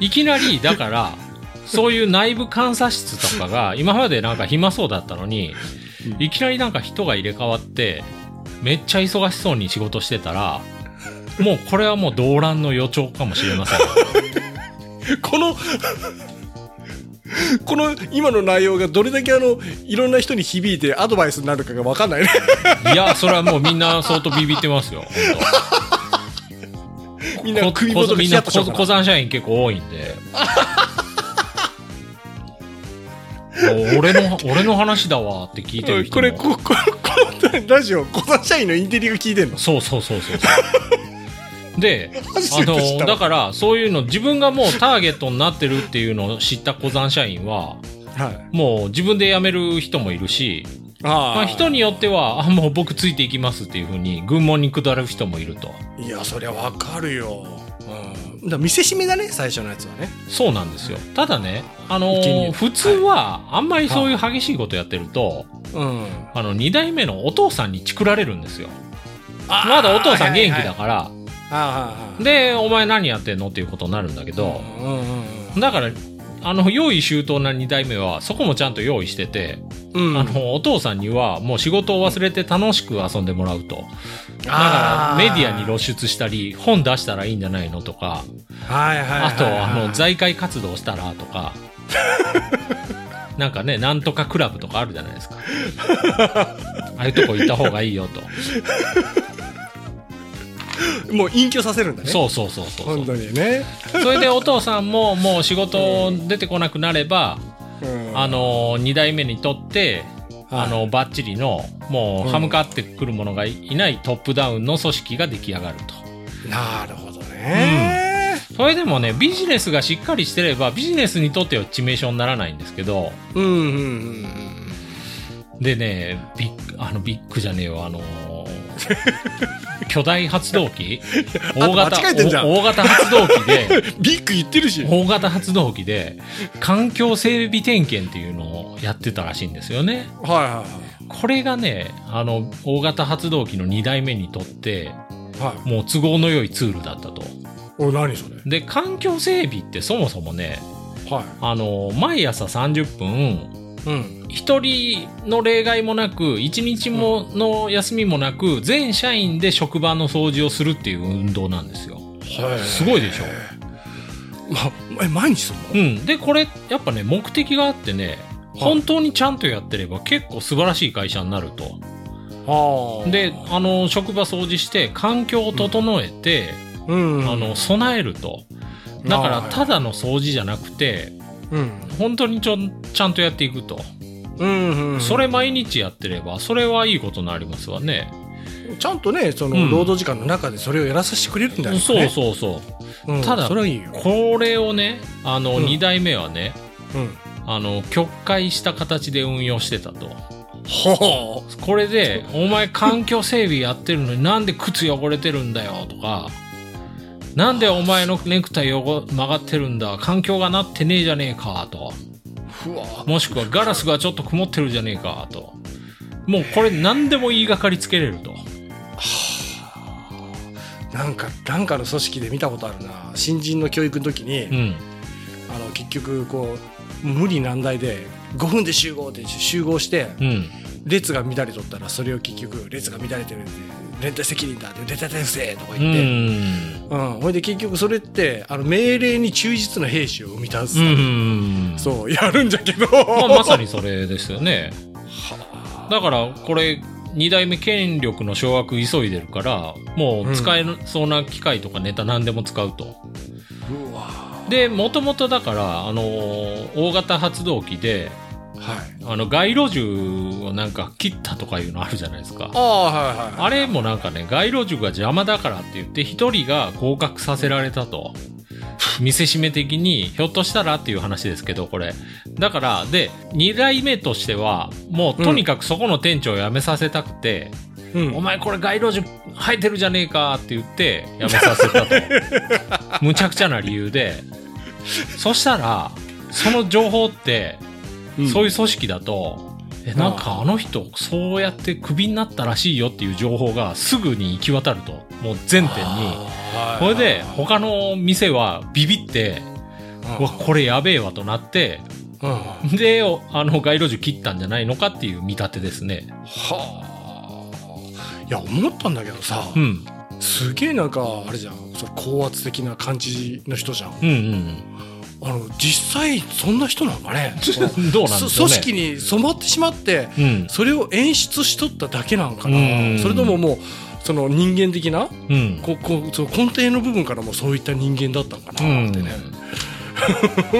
C: いきなりだからそういう内部監査室とかが今までなんか暇そうだったのにいきなりなんか人が入れ替わってめっちゃ忙しそうに仕事してたらもうこれはもう動乱の予兆かもしれません。
B: この この今の内容がどれだけあのいろんな人に響いてアドバイスになるかが分かんないね
C: いや、それはもうみんな相当ビビってますよ。本当
B: みんな
C: こ
B: 首元が
C: こみん
B: ヒヤ
C: な
B: ッとしちゃう
C: こ
B: から
C: 小山社員結構多いんで。もう俺の、俺の話だわって聞いてる人も。
B: これこここのラジオ、この社員のインテリが聞いてんの
C: そうそうそうそうそう。で、
B: 初
C: あ
B: めて知った
C: の、
B: わ
C: だから、そういうの、自分がもうターゲットになってるっていうのを知った小山社員は、
B: はい。
C: もう自分で辞める人もいるし、
B: あ
C: まあ、人によっては、あ、もう僕ついていきますっていうふうに、軍門に下る人もいると。
B: いや、そりゃわかるよ。
D: うんだから見せしめだね最初のやつはね
C: そうなんですよ。ただね、あのー
D: 生贄
C: 普通は、あんまりそういう激しいことやってると、
B: うん。
C: あの、二代目のお父さんにチクられるんですよ。まだお父さん元気だから、
B: ああ。
C: で、お前何やってんのっていうことになるんだけど、
B: うんうん
C: だから、あの、用意周到な二代目は、そこもちゃんと用意してて、
B: うん。
C: あの、お父さんには、もう仕事を忘れて楽しく遊んでもらうと。だ
B: あ
C: か
B: ー
C: ら、メディアに露出したり、本出したらいいんじゃないのとか、
B: はいはいはいはい。
C: あと、あの、財界活動したら とか、なんかね、なんとかクラブとかあるじゃないですか。ああいうとこ行った方がいいよと。
B: もう隠居させるんだね。
C: そうそうそうそうそう
B: 本。当にね。
C: それでお父さんももう仕事出てこなくなれば、
B: うん
C: あの2代目にとって、
B: はい
C: あのバッチリのもう歯向かってくるものがいないトップダウンの組織が出来上がると
B: なるほどね。
C: それでもねビジネスがしっかりしてればビジネスにとっては致命傷にならないんですけど
B: うんうんうん
C: でねビッグあのビッグじゃねえよあの ー巨大発動機大
B: あと間違えてんじゃん
C: お大型発動機で
B: うん。ビッグ言ってるし。
C: 大型発動機で環境整備点検っていうのをやってたらしいんですよね。
B: は
C: これがね、あの、大型発動機の2代目にとっ
B: いは
C: て、
B: いはい。はい。
C: もう都合の良いツールだったと。
B: お、何それ。
C: で、環境整備ってそもそもね、
B: は
C: あの、毎朝30分、
B: い。うん。
C: 一人の例外もなく、一日もの休みもなく、全社員で職場の掃除をするっていう運動なんですよ。
B: はい。
C: すごいでしょ
B: ま、え、毎日すんの
C: うん。で、これ、やっぱね、目的があってね、
B: い
C: 本当にちゃんとやってれば結構素晴らしい会社になると。
B: は
C: で、あの、職場掃除して、環境を整えて、
B: うん。
C: あの、備えると。だから、ただの掃除じゃなくて、
B: うん。
C: 本当にちょん、ちゃんとやっていくと。
B: うん、うん。
C: それ毎日やってれば、それはいいことになりますわね。
B: ちゃんとね、その、
C: うん
B: 労働時間の中でそれをやらさせてくれるんだよね。
C: そうそうそう。
B: うん。
C: ただ
B: それはいいよ。
C: これをね、あの、
B: うん
C: 二代目はね、
B: うん。
C: あの、曲解した形で運用してたと。
B: ほう。
C: これで、お前環境整備やってるのになんで靴汚れてるんだよとか、なんでお前のネクタイ汚曲がってるんだ環境がなってねえじゃねえかと。
B: ふわ。
C: もしくはガラスがちょっと曇ってるじゃねえかと。もうこれ何でも言いがかりつけれると。
B: なんか、なんかの組織で見たことあるな。新人の教育の時に、
C: うん。
B: あの、結局、こう、無理難題で、5分で集合って集合して、
C: うん。
B: 列が乱れとったら、それを結局、列が乱れてるんで、連帯責任だって、連帯不正とか
C: う
B: 言って、
C: ん。
B: うん、ほいで結局それってあの命令に忠実な兵士を生み出す、
C: うん。
B: そうやるんじゃけど、
C: まあ、まさにそれですよね。
B: は
C: だから、これ、二代目権力の掌握急いでるから、もう使えそうな機械とかネタ何でも使うと。
B: うわ
C: で、もともとだから、あのー大型発動機で、
B: はい
C: あの、街路樹をなんか切ったとかいうのあるじゃないですか
B: あ。あはいはい
C: あれもなんかね、街路樹が邪魔だからって言って、一人が降格させられたと。見せしめ的に、ひょっとしたらっていう話ですけど、これ。だから、で、二代目としては、もうとにかくそこの店長を辞めさせたくて、
B: うん
C: お前これ街路樹生えてるじゃねえかって言って、辞めさせたと。むちゃくちゃな理由で。そしたら、その情報って、そういう組織だと、え、なんかあの人、そうやってクビになったらしいよっていう情報がすぐに行き渡ると。もう全店に。これで、他の店はビビって、うわ、これやべえわとなって、
B: うんは
C: で、おあの、街路樹切ったんじゃないのかっていう見立てですね。
B: あいや思ったんだけどさ、
C: うん。
B: すげえなんかあれじゃんそれ高圧的な感じの人じゃん
C: うんうん
B: あの実際そんな人なんかね
C: うん。どうなん
B: そ組
C: ですかね。
B: 織に染まってしまって
C: うん。
B: それを演出しとっただけなんかな、
C: うん
B: それとももうその人間的な
C: うん。
B: ここうその根底の部分からもそういった人間だったのかなってね、
C: うん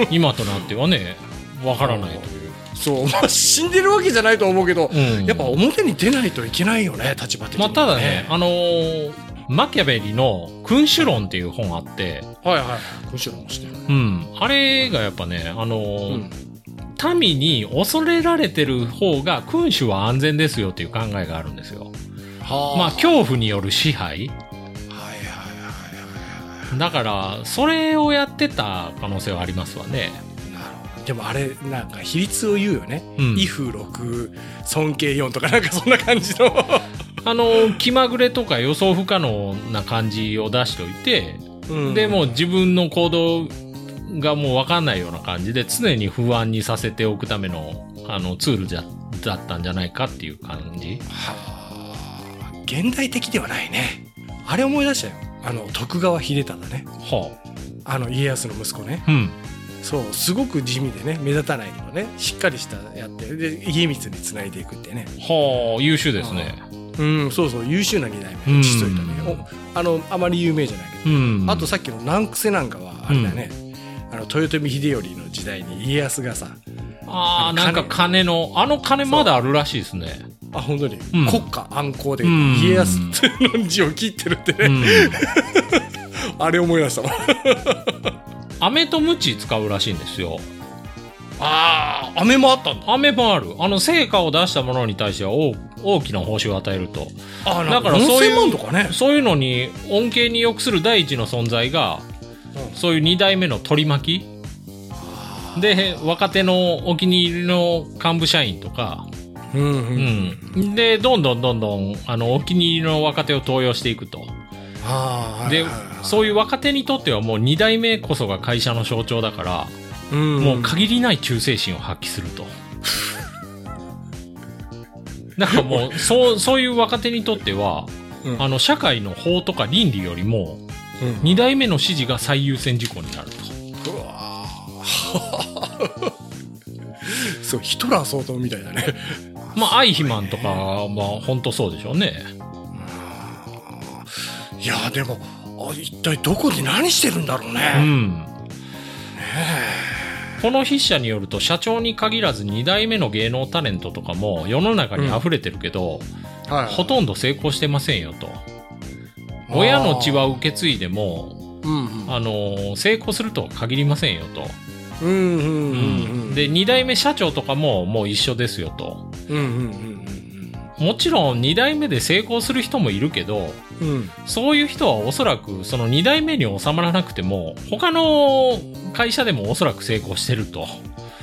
C: 今となってはね、わからないという。
B: そう、 まあ、死んでるわけじゃないと思うけど、
C: うん
B: やっぱ表に出ないといけないよね立場的に、
C: まあ、ただね、あのーマキャベリの君主論っていう本あって、
B: はいはいむしろもしてる
C: うん、あれがやっぱね、あのー
B: うん
C: 民に恐れられてる方が君主は安全ですよっていう考えがあるんですよ。
B: は
C: まあ、恐怖による支配。
B: はいはいはいは
C: だから、それをやってた可能性はありますわね。
B: いなるほどでもあれなんか比率を言うよね
C: うん
B: 「威風六尊敬四とかなんかそんな感じの
C: あのー気まぐれとか予想不可能な感じを出しておいて、
B: うん
C: でもう自分の行動がもう分かんないような感じで常に不安にさせておくためのあのツールじゃだったんじゃないかっていう感じ
B: はあ現代的ではないねあれ思い出したよあの徳川秀忠ね
C: はあ
B: あの家康の息子ね
C: うん
B: そうすごく地味でね目立たないけどねしっかりしたやってで家光につないでいくってね
C: はあ優秀ですね
B: うんそうそう優秀な二代
C: う
B: 目
C: ん
B: 父といたねおあのあまり有名じゃないけど
C: うん
B: あとさっきの難癖なんかはあれだね、あの豊臣秀頼の時代に家康がさ
C: ああなんか
B: 金
C: 金のあの金まだあるらしいですね
B: あ本当に、
C: ん
B: 国家安康で
C: うん
B: 家康の字を切ってるって
C: う
B: ね、
C: ん
B: あれ思い出したわ
C: 飴とムチ使うらしいんですよ
B: ああ飴もあったんだ
C: 飴もあるあの成果を出したものに対しては大大きな報酬を与えると
B: あ
C: なんかだからそういう
B: 4000万とかね
C: そういうのに恩恵に良くする第一の存在が、
B: うん
C: そういう2代目の取り巻きで若手のお気に入りの幹部社員とか、
B: うんう
C: うんん、でどんどんどんどんあのお気に入りの若手を登用していくと
B: ああ
C: で
B: う
C: そういう若手にとってはもう2代目こそが会社の象徴だから、
B: うん
C: もう限りない忠誠心を発揮すると。 なんかもう、そう、そういう若手にとっては、
B: うん
C: あの、社会の法とか倫理よりも、
B: うん
C: 二代目の指示が最優先事項になると。
B: うわー そうヒトラー相当みたいだね
C: まあ、アイヒマンとかは、本当そうでしょうね。
B: いやでもあ一体どこで何してるんだろう
C: う
B: ね、
C: ん。この筆者によると、社長に限らず二代目の芸能タレントとかも世の中に溢れてるけど、
B: はい
C: ほとんど成功してませんよと。親の血は受け継いでも、
B: うん
C: あの、成功するとは限りませんよと。
B: うんうんうんうん
C: で、二代目社長とかももう一緒ですよと。
B: うんうんうん
C: もちろん二代目で成功する人もいるけど、
B: うんうん
C: そういう人はおそらくその2代目に収まらなくても他の会社でもおそらく成功してると。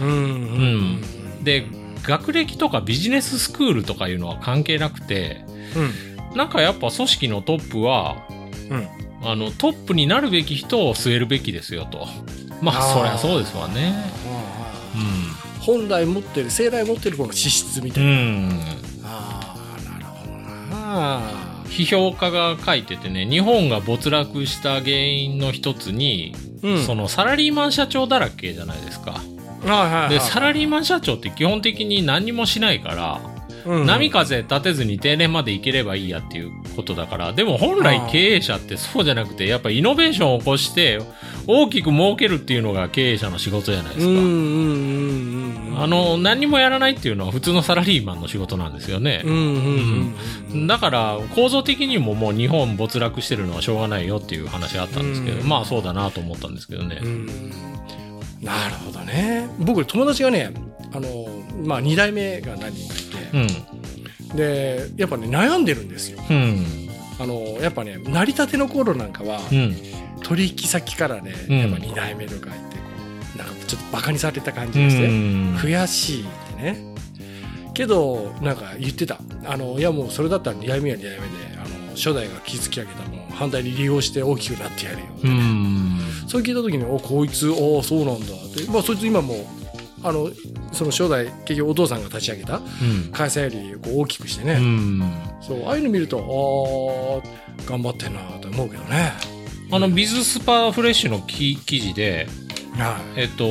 B: うんうん
C: うんで学歴とかビジネススクールとかいうのは関係なくてなんかやっぱ組織のトップは
B: うん
C: あのトップになるべき人を据えるべきですよと。まあ
B: あー
C: そりゃそうですわね。
B: 本来持ってる生来持ってるこの資質みた
C: う
B: い
C: ん。
B: な、
C: うん
B: ああなるほどな
C: 批評家が書いててね日本が没落した原因の一つに、
B: うん
C: そのサラリーマン社長だらけじゃないですか。
B: はいはいはい
C: でサラリーマン社長って基本的に何にもしないから、
B: うん
C: 波風立てずに定年まで行ければいいやっていうことだからでも本来経営者ってそうじゃなくてやっぱイノベーションを起こして大きく儲けるっていうのが経営者の仕事じゃないで
B: うん
C: す
B: う
C: か、
B: んうんうん
C: あの何もやらないっていうのは普通のサラリーマンの仕事なんですよね
B: う、んうんうん
C: だから構造的にももう日本没落してるのはしょうがないよっていう話あったんですけど、
B: うん
C: まあそうだなと思ったんですけどね、
B: うんなるほどね僕友達がねあの、まあ、2代目が何人か
C: う
B: い
C: ん
B: てでやっぱね悩んでるんですよ
C: うん
B: あのやっぱね成り立ての頃なんかは
C: うん
B: 取引先からね
C: うん
B: やっぱ2代目とか言ってこうなんかちょっとバカにされた感
C: う
B: じがして
C: ん
B: 悔しいってねけどなんか言ってたあのいやもうそれだったら2代目は2代目であの初代が築き上げたものを反対に利用して大きくなってやるよ
C: うん
B: それ聞いた時に「おこいつおおそうなんだ」って、まあ、そいつ今もうあのその初代結局お父さんが立ち上げた
C: うん
B: 会社よりこう大きくして
C: う
B: ね、
C: ん
B: そうああいうの見るとああ頑張ってんなと思うけどね
C: あの、ビズスパフレッシュの記記事で、
B: はい
C: えっと、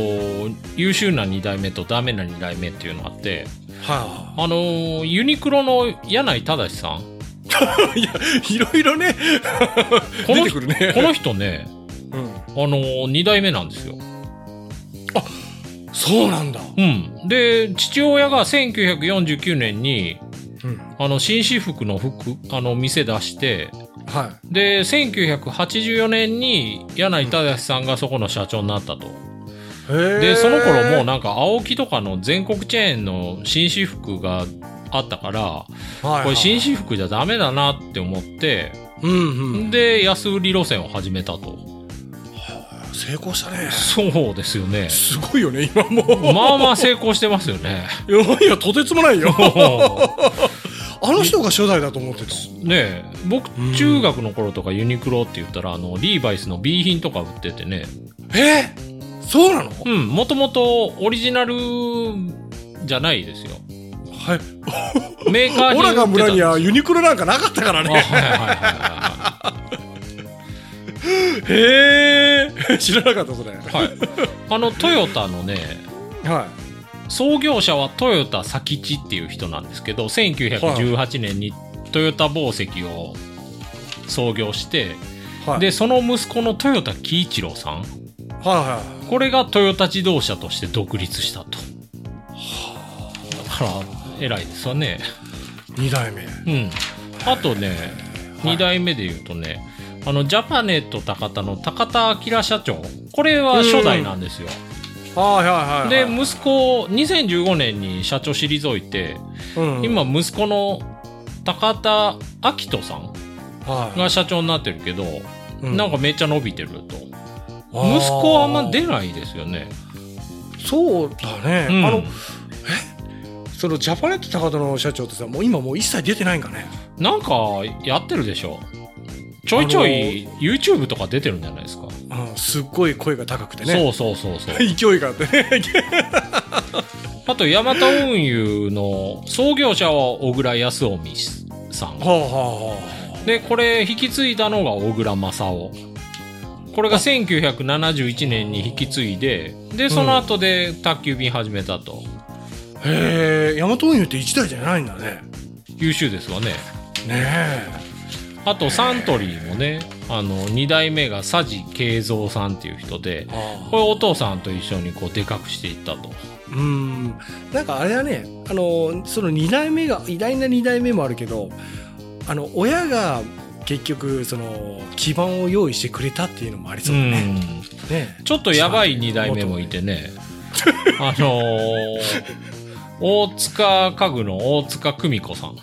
C: 優秀な2代目とダメな2代目っていうのがあって、
B: は
C: あの、ユニクロの柳井正さん。
B: あ、いや いろいろね
C: こ
B: 出
C: の
B: てくるね
C: この人ね、
B: うん
C: あの、2代目なんですよ。
B: そそうなんだ。
C: うん。で、父親が1949年に、
B: うん
C: あの、紳士服の服、あの、店出して、
B: は
C: で、1984年に、柳井正さんがそこの社長になったと。
B: い。へえ
C: で、その頃もうなんか、青木とかの全国チェーンの紳士服があったから、
B: はいはい
C: これ紳士服じゃダメだなって思って、
B: うんうん。
C: で、安売り路線を始めたと。
B: 成功したね。
C: そうですよね。
B: すごいよね、今もう。
C: まあまあ成功してますよ ね。
B: いやいや、とてつもない よ。
C: ね
B: あの人が初代だと思ってた。
C: え僕中学の頃とかユニクロって言ったらあのリーバイスの B 品とか売っててね
B: えそうなのは
C: うんもともとオリジナルじゃないですよ
B: い。
C: メーカーに
B: オラが
C: 売って
B: 村
C: たん
B: に
C: です
B: はユニクロなんかなかったから
C: あはい
B: ね。
C: はいはいは
B: へえ。 知らなかった、それ。はい。
C: いはい、はい、あのトヨタのね創業者はトヨタ佐吉っていう人なんですけど1918年にトヨタ紡績を創業して、
B: はい。
C: でその息子の豊田喜一郎さん
B: はいはい。
C: これがトヨタ自動車として独立したと。だから、偉いですわね。
B: 二代目。
C: うん。あとね、2代目で言うとね、あの、ジャパネット高田の高田明社長。これは初代なんですよ。
B: はいはいはい。
C: で、息子を、2015年に社長退いて、
B: うん、
C: 今息子の高田明人さん
B: は
C: が社長になってるけど、
B: い、
C: なん
B: か、
C: かめっちゃ伸びてると。
B: あー
C: 息子はあんま出ないですよね。
B: そうだね。
C: うん
B: あの、そのジャパネット高田の社長ってさ、もう今もう一切出てないんかね。
C: なんかやってるでしょちょいちょい YouTube とか出てるんじゃないですか、
B: うん、すっごい声が高くてね。
C: そうそうそうそう
B: 勢いがあってね。
C: あとヤマタ運輸の創業者は小倉康臣さん
B: はあはあは
C: でこれ引き継いだのが小倉正夫これが1971年に引き継いででその後で宅急便始めたと、
B: あ。へえ、ヤマト運輸って一代じゃないんだね。
C: 優秀ですわね
B: ね
C: あとサントリーもねあの2代目が佐治慶三さんっていう人
B: え。
C: で
B: あ
C: これお父さんと一緒にこうでかくしていったと
B: うん。なんかあれはね、あの、その二代目が、偉大な二代目もあるけど、あの、親が、結局その基盤を用意してくれたっていうのもありそうだね。ね
C: ちょっとやばい2代目もいて ねあのー、大塚家具の大塚久美子さん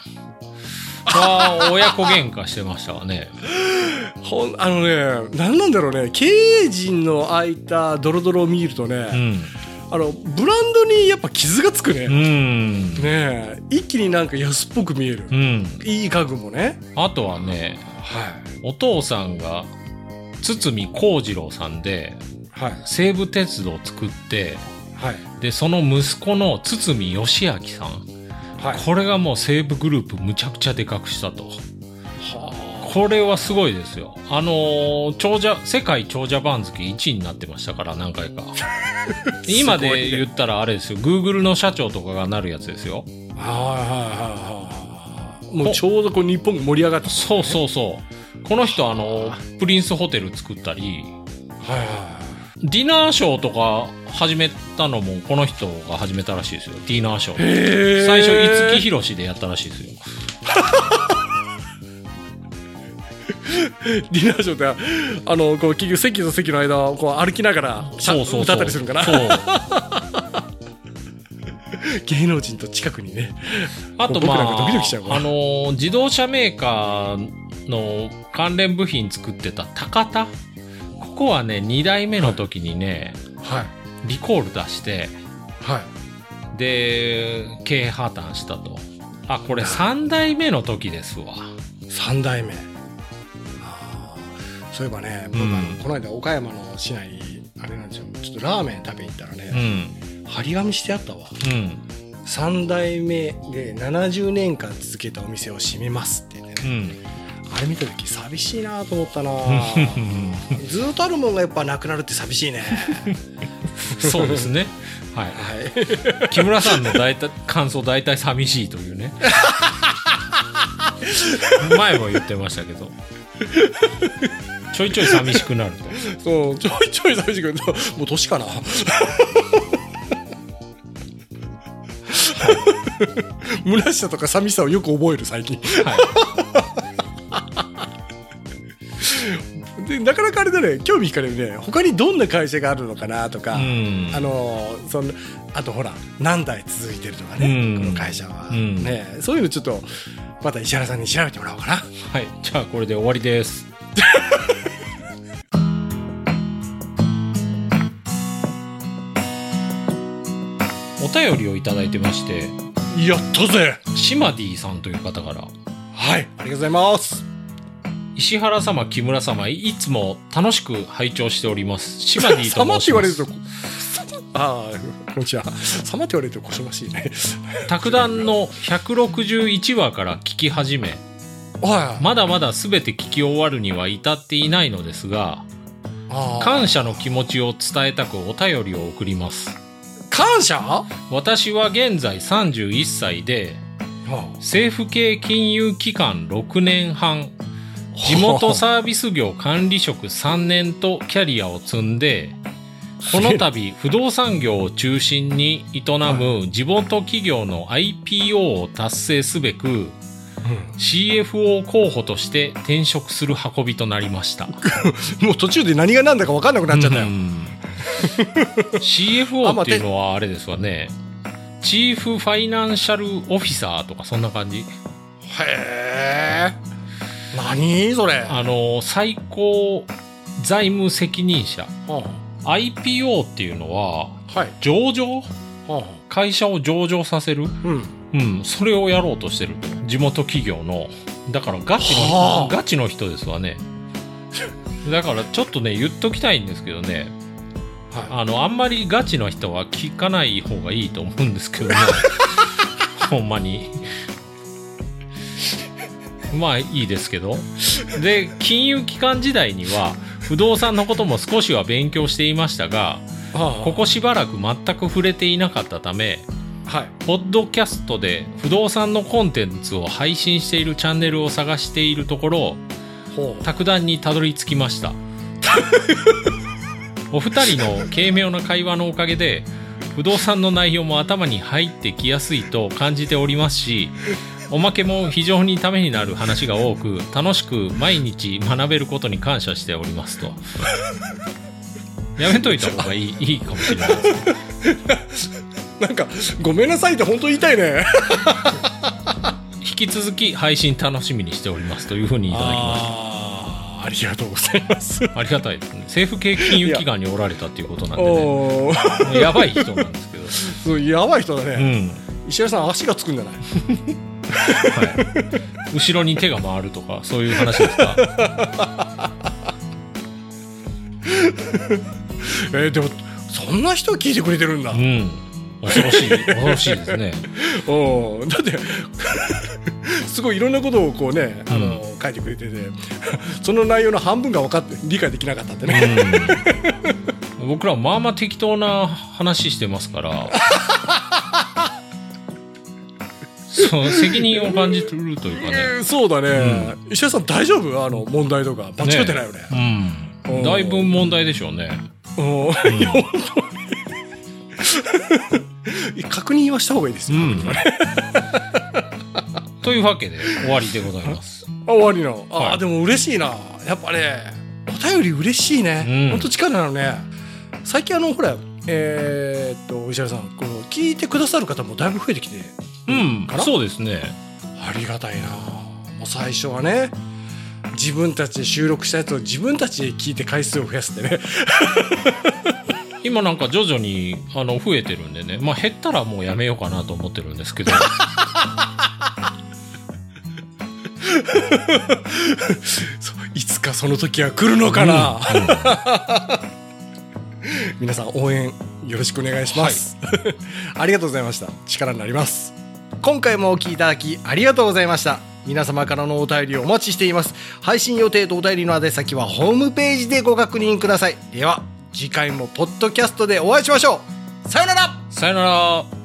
C: は親子喧嘩してましたわね
B: ほんあのね何なんだろうね経営陣の開いたドロドロを見ると
C: う
B: ね、
C: ん
B: あのブランドにやっぱ傷がつくね、
C: う
B: ね
C: ん、
B: え一気になんか安っぽく見える、
C: うん、
B: いい家具もね
C: あとはね
B: はい
C: お父さんが堤幸次郎さんで
B: はい
C: 西武鉄道を作って
B: はい
C: でその息子の堤義明さん
B: はい
C: これがもう西武グループむちゃくちゃでかくしたと
B: は
C: これはすごいですよ。あのー長者、世界長者番付1位になってましたから、何回か。 今
B: すご
C: で
B: いね
C: 言ったらあれですよ、Google の社長とかがなるやつですよ。
B: いはいはいはいはいもうちょうどこう日本が盛り上がって
C: そうそうそう。この人、あのープリンスホテル作ったり、
B: はいは
C: ディナーショーとか始めたのもこの人が始めたらしいですよ、ディナーショ
B: い
C: ー。
B: へ
C: 最初、五木ひろしでやったらしいですよ。
B: ディナーショーってあのこう結局席と席の間をこう歩きながらしゃ
C: そうそうそう。
B: 歌ったりするんかな
C: そう。
B: 芸能人と近くにね
C: あと
B: 僕
C: ま
B: なんか
C: あ、
B: ドキドキしちゃうわ
C: あのー自動車メーカーの関連部品作ってた高田ここはね、2代目の時にね、
B: はい
C: リコール出して、
B: はい
C: で、経営破綻したと。あ、これ3代目の時ですわ。
B: 三代目あーそういえばね僕、
C: うん
B: あのこの間岡山の市内にあれなんですよちょっとラーメン食べに行ったら
C: う
B: ね、
C: ん。
B: 張り紙してあったわ
C: うん。
B: 三代目で70年間続けたお店を閉めますってね、
C: うん。
B: あれ見た時寂しいなと思った なずーっとあるもんがやっぱなくなるって寂しいね
C: そうですね。はい。
B: はい
C: 木村さんの大体、感想大体寂しいとい うね。前も言ってましたけど。ちょいちょい寂しくなると。
B: そうちょいちょい寂しいけどもう年かな虚しさとか寂しさをよく覚える最近
C: は
B: でなかなかあれだね興味惹かれるね他にどんな会社があるのかなとか、
D: うん
B: あのーそのあとほら何代続いてるとかね、
C: うん
B: この会社は、
C: うん。
B: ねそういうのちょっとまた石原さんに調べてもらおうかない
C: はい。じゃあ、これで終わ りです。お便りをいただいてまして、
B: やったぜ
C: シマディさんという方から、
B: はいありがとうございます
C: 石原様、木村様、いつも楽しく拝聴しております。シマディと申しま
B: 様
C: す。
B: って言われるとこああこんにちは様って言われるとこしましいね
C: 卓談の161話から聞き始め、
B: おい、
C: まだまだ全て聞き終わるには至っていないのですが、
B: あー
C: 感謝の気持ちを伝えたくお便りを送ります。
B: 感謝あ
C: 私は現在31歳で、
B: あ
C: 政府系金融機関6年半、地元サービス業管理職3年とキャリアを積んで、この度不動産業を中心に営む地元企業の IPO を達成すべく、CFO 候補として転職する運びとなりました。
B: もう途中で何が何だか分かんなくなっちゃったよ、
C: うん CFO っていうのはあれですわね。チーフファイナンシャルオフィサーとかそんな感じ。
B: へえ何それ
C: あの、最高財務責任者。IPO っていうのは、
B: はい
C: 上場会社を上場させる
B: うん
C: うん、それをやろうとしてる。地元企業の。だからガチの人、
B: はあ
C: ガチの人ですわね。だからちょっとね、言っときたいんですけどね。
B: は
C: あの、あんまりガチの人は聞かない方がいいと思うんです けども。ほんまに。まあいいですけど。で、金融機関時代には、不動産のことも少しは勉強していましたが、
B: あ
C: ここしばらく全く触れていなかったため、
B: はい
C: ポッドキャストで不動産のコンテンツを配信しているチャンネルを探しているところ、
B: ほう
C: 卓談にたどり着きました。 お二人の軽妙な会話のおかげで、不動産の内容も頭に入ってきやすいと感じておりますし、おまけも非常にためになる話が多く、楽しく毎日学べることに感謝しておりますと。やめといた方がいい、いいかもしれないです。
B: なんかごめんなさいって本当言いたいね
C: 引き続き配信楽しみにしておりますというふうにいただきました。
B: あーありがとうございます
C: ありがたいですね。政府系金融機関におられたっていうことなんでね。
B: おお
C: やばい人なんですけど。
B: やばい人だ
C: う
B: ね、
C: ん。
B: 石原さん足がつくんじゃない
C: はい。後ろに手が回るとか、そういう話ですか。
B: えー、でもそんな人聞いてくれてるんだ
C: うん。恐ろしい、恐ろしいですね。
B: おだって すごいいろんなことをこうねあの、書いてくれててその内容の半分が分かって理解できなかったってね
C: うん。僕らまあまあ適当な話してますから。そう、責任を感じてるというかね。
B: えーそうだね、石原さん大丈夫あの問題とか間違ってないよね
C: うん。だいぶ問題でしょうね。
B: おー いや本当に確認はした方がいいです
C: う
B: よ、
C: ん。というわけで終わりでございます。
B: あ終わりのあ、
C: はい
B: でも嬉しいなやっぱねお便り嬉しいね、
C: う
B: ほ
C: ん
B: んと力なのね最近あのほらえーっと石原さんこの聞いてくださる方もだいぶ増えてきて
C: うん
B: か、な
C: そうですね。
B: ありがたいなもう最初はね自分たちで収録したやつを自分たちで聞いて回数を増やすってね
C: 今なんか徐々にあの増えてるんでね、まあ、減ったらもうやめようかなと思ってるんです けど
B: そういつかその時は来るのかな、
C: うんうん
B: 皆さん応援よろしくお願いします、ありがとうございました力になります
D: 今回もお聞きいただきありがとうございました皆様からのお便りをお待ちしています配信予定とお便りの宛先はホームページでご確認くださいでは次回もポッドキャストでお会いしましょうさようなら
C: さよなら